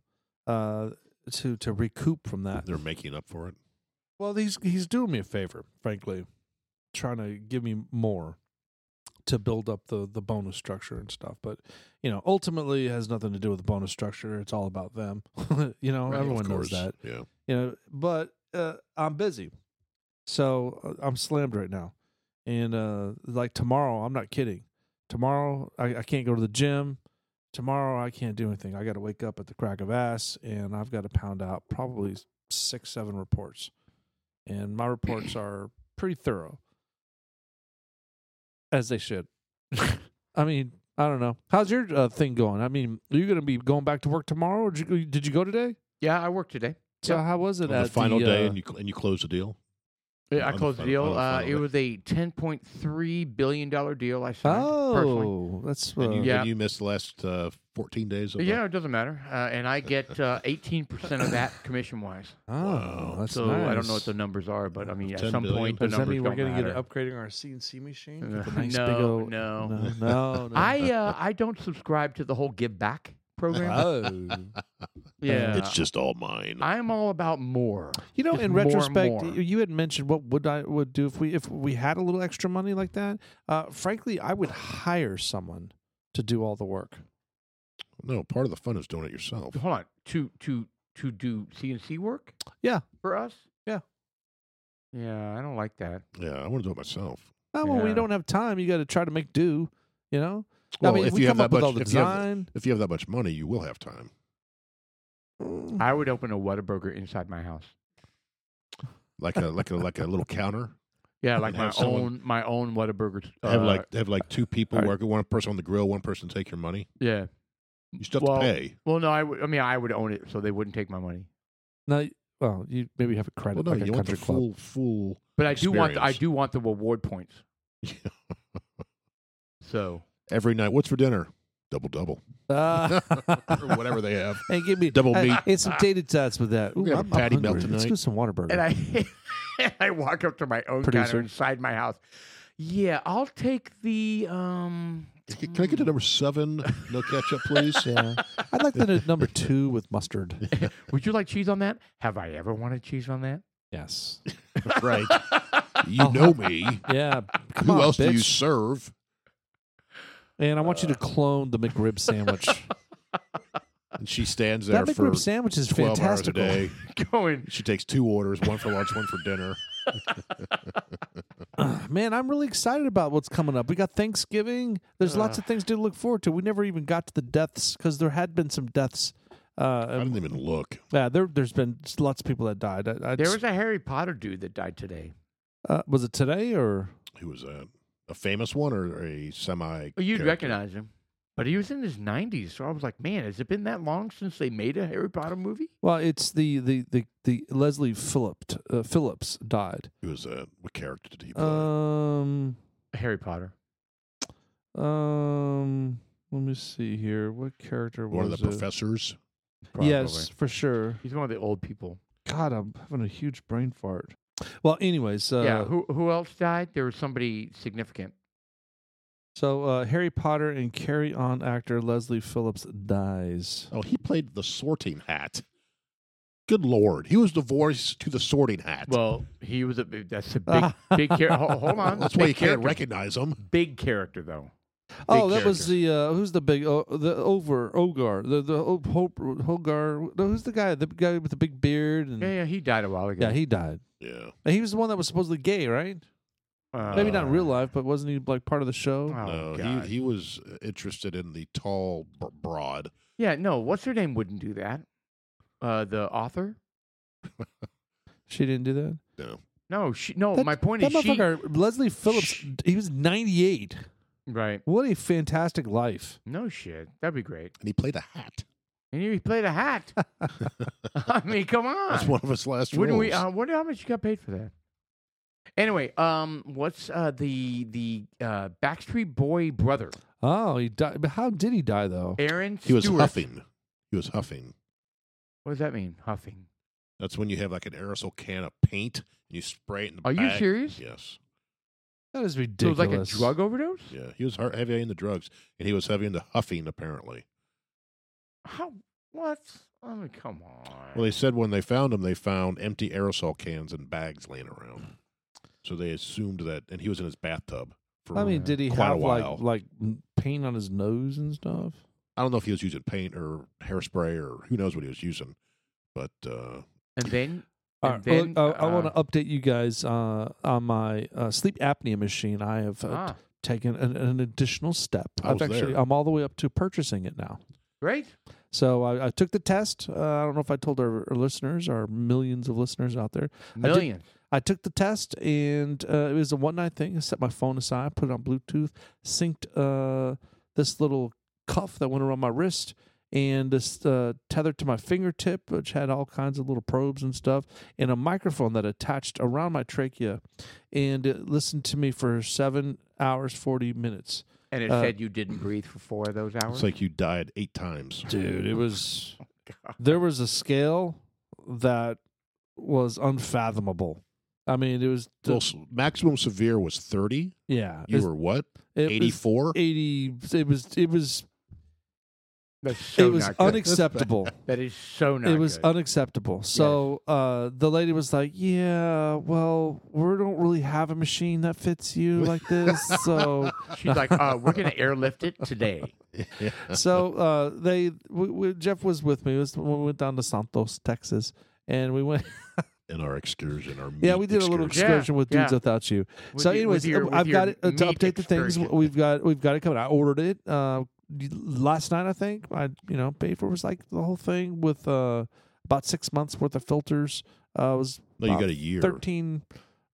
S3: uh, to to recoup from that,
S1: They're making up for it.
S3: well, he's he's doing me a favor, frankly, trying to give me more to build up the the bonus structure and stuff. But you know, ultimately, it has nothing to do with the bonus structure. It's all about them. (laughs) you know,
S1: Right, of
S3: everyone
S1: course.
S3: knows that.
S1: Yeah.
S3: You know, but uh, I'm busy, so uh, I'm slammed right now. And uh, like tomorrow, I'm not kidding. Tomorrow, I, I can't go to the gym. Tomorrow, I can't do anything. I got to wake up at the crack of ass, and I've got to pound out probably six, seven reports. And my reports are pretty thorough, as they should. (laughs) I mean, I don't know. How's your uh, thing going? I mean, are you going to be going back to work tomorrow? Or did you, did you go today?
S2: Yeah, I worked today.
S3: So how was it
S1: On
S3: at
S1: the final day,
S3: uh,
S1: and you cl- and you close the deal.
S2: Yeah,
S1: On
S2: I
S1: the
S2: closed the
S1: final-
S2: deal.
S1: on the
S2: Uh,
S1: final
S2: it
S1: day.
S2: was a ten point three billion dollar deal I signed personally.
S3: Oh, that's uh,
S1: and you,
S2: Yeah.
S1: and you missed the last uh, 14 days of the-
S2: Yeah, it doesn't matter. Uh, and I get
S3: (laughs)
S2: eighteen percent of that commission wise.
S3: oh,
S1: Wow.
S3: (laughs) that's
S2: So I don't know what
S3: nice.
S2: the numbers are, but I mean, at
S1: 10
S2: some
S1: billion.
S2: point the
S3: Does that
S2: numbers
S3: mean we're
S2: don't
S3: gonna
S2: matter. (laughs)
S3: get upgrading our CNC machine?
S2: Uh,
S3: Get the nice
S2: no,
S3: big old-
S1: (laughs)
S2: no.
S3: (laughs) no, no, no.
S2: I
S3: (laughs)
S2: uh, I don't subscribe to the whole give back program.
S3: oh. (laughs)
S2: yeah,
S1: It's just all mine.
S2: I am all about more.
S3: You know,
S2: Just
S3: in
S2: more and
S3: retrospect,
S2: more.
S3: y- you had mentioned what would I would do if we if we had a little extra money like that. Uh, frankly, I would hire someone to do all the work.
S1: no, part of the fun is doing it yourself.
S2: Hold on, to to to do CNC work.
S3: Yeah.
S2: for us.
S3: Yeah.
S2: yeah. I don't like that.
S1: Yeah, I want to do it myself.
S3: Oh, well, we
S2: Yeah.
S3: don't have time. You got to try to make do. You know,
S1: Well,
S3: I mean,
S1: if
S3: we
S1: you have
S3: come
S1: that
S3: up with
S1: much-
S3: all the
S1: if you have-
S3: design.
S1: If you have that much money, you will have time.
S3: Mm.
S2: I would open a Whataburger inside my house.
S1: Like a like a like a little
S3: (laughs)
S1: counter.
S2: Yeah, like my
S1: Have someone-
S2: own my own Whataburger. Uh,
S1: have like have like two people
S3: all right.
S1: working, one person on the grill, one person take your money.
S2: yeah.
S1: You still have
S2: Well,
S1: to pay.
S2: Well, no, I would. I mean, I would own it, so they wouldn't take my money.
S3: No, y- well, you maybe have a
S1: Well,
S3: credit
S1: no,
S3: like
S1: you
S3: a
S1: want the
S3: country club.
S1: full full.
S2: But I do want. The, I
S1: Experience.
S2: do want the reward
S1: (laughs)
S2: points. So
S1: Every night, what's for dinner? Double double,
S3: Uh, (laughs)
S1: or whatever they have.
S3: Hey, give me
S1: Double meat.
S3: And some tater tots with that.
S1: We're
S3: Ooh,
S1: gonna have
S3: I'm,
S1: a
S3: I'm
S1: patty melt
S3: hungry. Let's
S1: tonight.
S3: do some Whataburger.
S2: and I (laughs) and I walk up to my own
S3: Producer.
S2: counter inside my house. Yeah, I'll take the um.
S1: Can can I get to number seven? No ketchup, please.
S3: (laughs) (laughs) yeah. I'd like the n- number two with mustard.
S2: Would you like cheese on that? Have I ever wanted cheese on that?
S3: (laughs)
S2: (laughs)
S3: Yes. (laughs)
S1: right. You know me.
S3: Yeah. Come
S1: Who
S3: on,
S1: else do you
S3: bitch.
S1: serve?
S3: And I want you to clone the
S1: (laughs)
S3: McRib sandwich.
S1: And she stands there
S3: that
S1: for
S3: McRib sandwich is
S1: twelve
S3: fantastic.
S1: hours a day.
S2: Going.
S1: She takes two orders, one for lunch, one for
S3: (laughs)
S1: dinner.
S3: (sighs) Man, I'm really excited about what's coming up. We got Thanksgiving. There's lots of things to look forward to. We never even got to the deaths because there had been some deaths.
S1: I
S3: Uh,
S1: didn't even look.
S3: yeah, there, there's been lots of people that died. I, I
S2: There
S3: just-
S2: was a Harry Potter dude that died today.
S3: uh, was it today or?
S1: Who was that? A famous one or a semi?
S2: Well, Oh, You'd
S1: character?
S2: recognize him, but he was in his 90s. So I was like, man, has it been that long since they made a Harry Potter movie?
S3: Well, it's the the the, the Leslie Phillips uh, Phillips died.
S1: Who was that? What character did he play?
S3: Um,
S2: Harry Potter.
S3: um, let me see here. What character
S1: one of the
S3: was it?
S1: professors.
S3: Yes, for sure.
S2: He's one of the old people.
S3: God, I'm having a huge brain fart. Well, anyways, uh,
S2: yeah. Who who else died? There was somebody significant.
S3: so uh, Harry Potter and Carry On actor Leslie Phillips dies.
S1: Oh, he played the Sorting Hat. Good lord, he was the voice to the Sorting Hat.
S2: Well, he was a big- that's
S3: (laughs)
S2: a big big character. Hold on.
S1: that's why you
S2: Big
S1: can't
S2: character.
S1: recognize him.
S2: Big character though.
S3: Oh,
S1: Big
S3: that was the uh, who's the big uh, the over Ogar the the o- Ho- Hogar no, who's the guy the guy with the big beard and
S2: Yeah, yeah. He died a while ago.
S3: Mm. yeah he died.
S1: Yeah,
S3: And He was the one that was supposedly gay, right?
S2: Uh,
S3: Maybe not in real life, but wasn't he like part of the show?
S2: Oh,
S1: no,
S2: God.
S1: he he was interested in the tall b- broad
S2: Yeah, no, what's her name wouldn't do that? Uh, the author?
S3: She didn't do that.
S2: No, she. No,
S3: That-
S2: my point
S3: That
S2: is she.
S3: motherfucker, Leslie Phillips, he was 98.
S2: Right.
S3: What a fantastic life.
S2: No shit. That'd be great.
S1: And he played a hat.
S2: And you played a
S3: (laughs)
S2: hat. (laughs) I mean, come
S1: That's
S2: on.
S1: one of his last
S2: Wouldn't we?
S1: roles.
S2: Uh, what? How much you got paid for that? Anyway, um, what's uh the the uh Backstreet Boy brother,
S3: Oh, he died. But how did he die, though?
S2: Aaron
S1: he
S2: Stewart?
S1: was huffing. He was huffing.
S2: What does that mean? Huffing.
S1: That's when you have like an aerosol can of paint and you spray it in the
S2: Are you
S1: bag.
S2: serious?
S1: Yes.
S3: That is
S2: So it was
S3: ridiculous.
S2: like a drug overdose.
S1: Yeah. He was har- heavy into drugs and he was heavy into huffing, apparently.
S2: How? What? I mean, come on.
S1: Well, they said when they found him, they found empty aerosol cans and bags laying around. So they assumed that, and he was in his bathtub for
S3: I mean, did he
S1: Quite a
S3: have
S1: while.
S3: like like paint on his nose and stuff?
S1: I don't know if he was using paint or hairspray or who knows what he was using, but uh,
S2: and
S3: (laughs)
S2: then
S3: All
S2: And
S3: right, well,
S2: then,
S3: uh, I want
S2: uh,
S3: to update you guys uh, on my uh, sleep apnea machine. I have uh,
S2: ah,
S3: taken an, an additional step.
S1: I
S3: I've
S1: was
S3: actually
S1: there.
S3: I'm all the way up to purchasing it now.
S2: great.
S3: So I, I took the test. Uh, I don't know if I told our, our listeners, our millions of listeners out there.
S2: Millions.
S3: I took the test, and uh, it was a one night thing. I set my phone aside, put it on Bluetooth, synced uh, this little cuff that went around my wrist, and this uh, tethered to my fingertip, which had all kinds of little probes and stuff, and a microphone that attached around my trachea, and it listened to me for seven hours forty minutes.
S2: And it
S3: uh,
S2: said you didn't breathe for four of those hours.
S1: it's like you died eight times.
S3: Dude, it was there was a scale that was unfathomable. I mean, it was
S1: Well, s- maximum severe was 30.
S3: yeah.
S1: You
S3: it's-
S1: were what?
S3: it was-
S1: 84?
S3: 80 it was it was (laughs)
S2: That's so
S3: it was
S2: not good.
S3: unacceptable
S2: that is so not.
S3: it was
S2: good.
S3: unacceptable so uh the lady was like yeah well we don't really have a machine that fits you like this so
S2: She's like, uh, we're
S3: (laughs)
S2: gonna airlift it today.
S3: so uh they we, we, jeff was with me It was when we went down to santos texas and we went (laughs)
S1: in our excursion, our
S3: yeah
S1: meat
S3: we did a little
S1: excursion.
S3: excursion with dudes
S2: yeah.
S3: without you
S2: With
S3: so
S2: your- with
S3: anyways
S2: your-
S3: uh,
S2: with
S3: i've
S2: your
S3: got it uh, to
S2: meat
S3: update the things
S2: excursion.
S3: we've got we've got it coming i ordered it uh last night i think i you know paid for it was like the whole thing with uh about six months worth of filters uh it was
S1: No, you
S3: about
S1: got a year.
S3: 13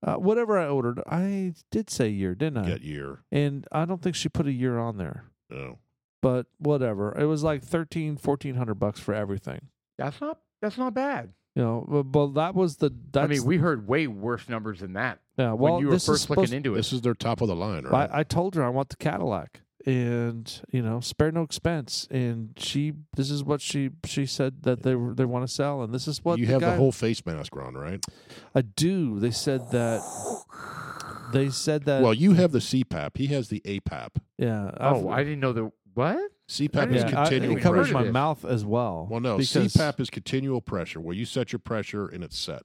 S3: uh, whatever i ordered i did say year didn't i
S1: You got year. Oh.
S3: and i don't think she put a year on there
S1: No.
S3: but whatever it was like 13 1400 bucks for everything
S2: That's not. That's not bad.
S3: you know but, but that was the that's
S2: I mean, we heard way worse numbers than that
S3: yeah, well
S2: when you were
S3: this is
S2: first looking
S3: supposed-
S2: into it.
S1: This is their top of the line, right?
S3: I, I told her I want the Cadillac and you know spare no expense and she this is what she she said that they were, they want to sell and this is what
S1: you
S3: the
S1: have
S3: guy-
S1: the whole face mask on, right?
S3: I do they said that they said that
S1: well, you have the CPAP. He has the APAP.
S3: yeah
S2: oh,
S3: I've-
S2: I didn't know the what.
S1: CPAP
S2: didn't
S1: is
S2: even-
S3: yeah, I-
S1: continual
S3: it covers
S1: pressure.
S2: heard
S3: my
S2: of this.
S3: mouth as well
S1: well, no,
S3: because
S1: CPAP is continual pressure, where you set your pressure and it's set.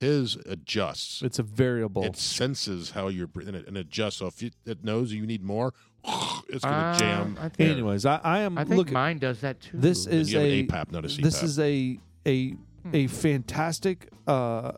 S1: His adjusts.
S3: it's a variable
S1: It senses how you're breathing and it adjusts. So if you, it knows you need more, (sighs) it's going to
S3: Ah.
S2: Uh,
S1: jam.
S2: I think,
S3: anyways I, I am
S2: I think
S3: looking
S2: mine does that too.
S3: this
S1: And
S3: is
S1: you have
S3: a
S1: an APAP, not a CPAP.
S3: this is a a
S2: Hmm.
S3: a fantastic uh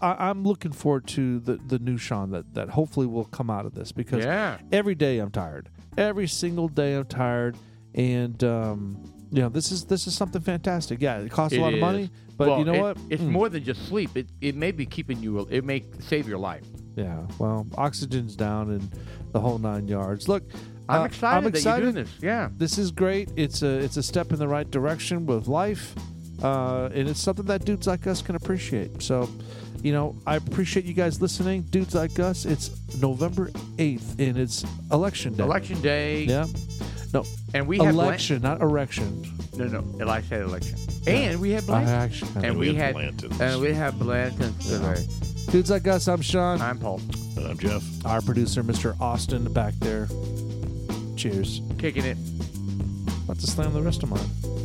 S3: I, I'm looking forward to the the new Sean that that hopefully will come out of this because
S2: yeah.
S3: every day I'm tired. Every single day I'm tired, and um, you know this is this is something fantastic. Yeah, it costs
S2: It
S3: a lot
S2: is.
S3: of money, but
S2: Well,
S3: you know
S2: it-
S3: what?
S2: It's
S3: Mm.
S2: more than just sleep. It it may be keeping you. It may save your life.
S3: Yeah, well, oxygen's down and the whole nine yards. Look,
S2: I'm
S3: uh,
S2: excited
S3: I'm
S2: that
S3: excited.
S2: you're doing this. Yeah.
S3: This is great. It's a it's a step in the right direction with life, uh, and it's something that dudes like us can appreciate. So. You know, I appreciate you guys listening. Dudes like us, it's November 8th and it's election day.
S2: Election day.
S3: Yeah. No,
S2: And we have blan-
S3: election, not erection.
S2: No, no. Eli said election. And we had
S3: I
S2: blankets.
S3: actually-
S2: and we
S1: have
S2: had
S1: lanterns.
S2: and we had blankets today.
S3: Dudes like us, I'm Sean.
S2: I'm Paul.
S1: And Uh, I'm Jeff.
S3: Our producer, Mr. Austin, back there. Cheers.
S2: Kicking it.
S3: About to slam the rest of mine.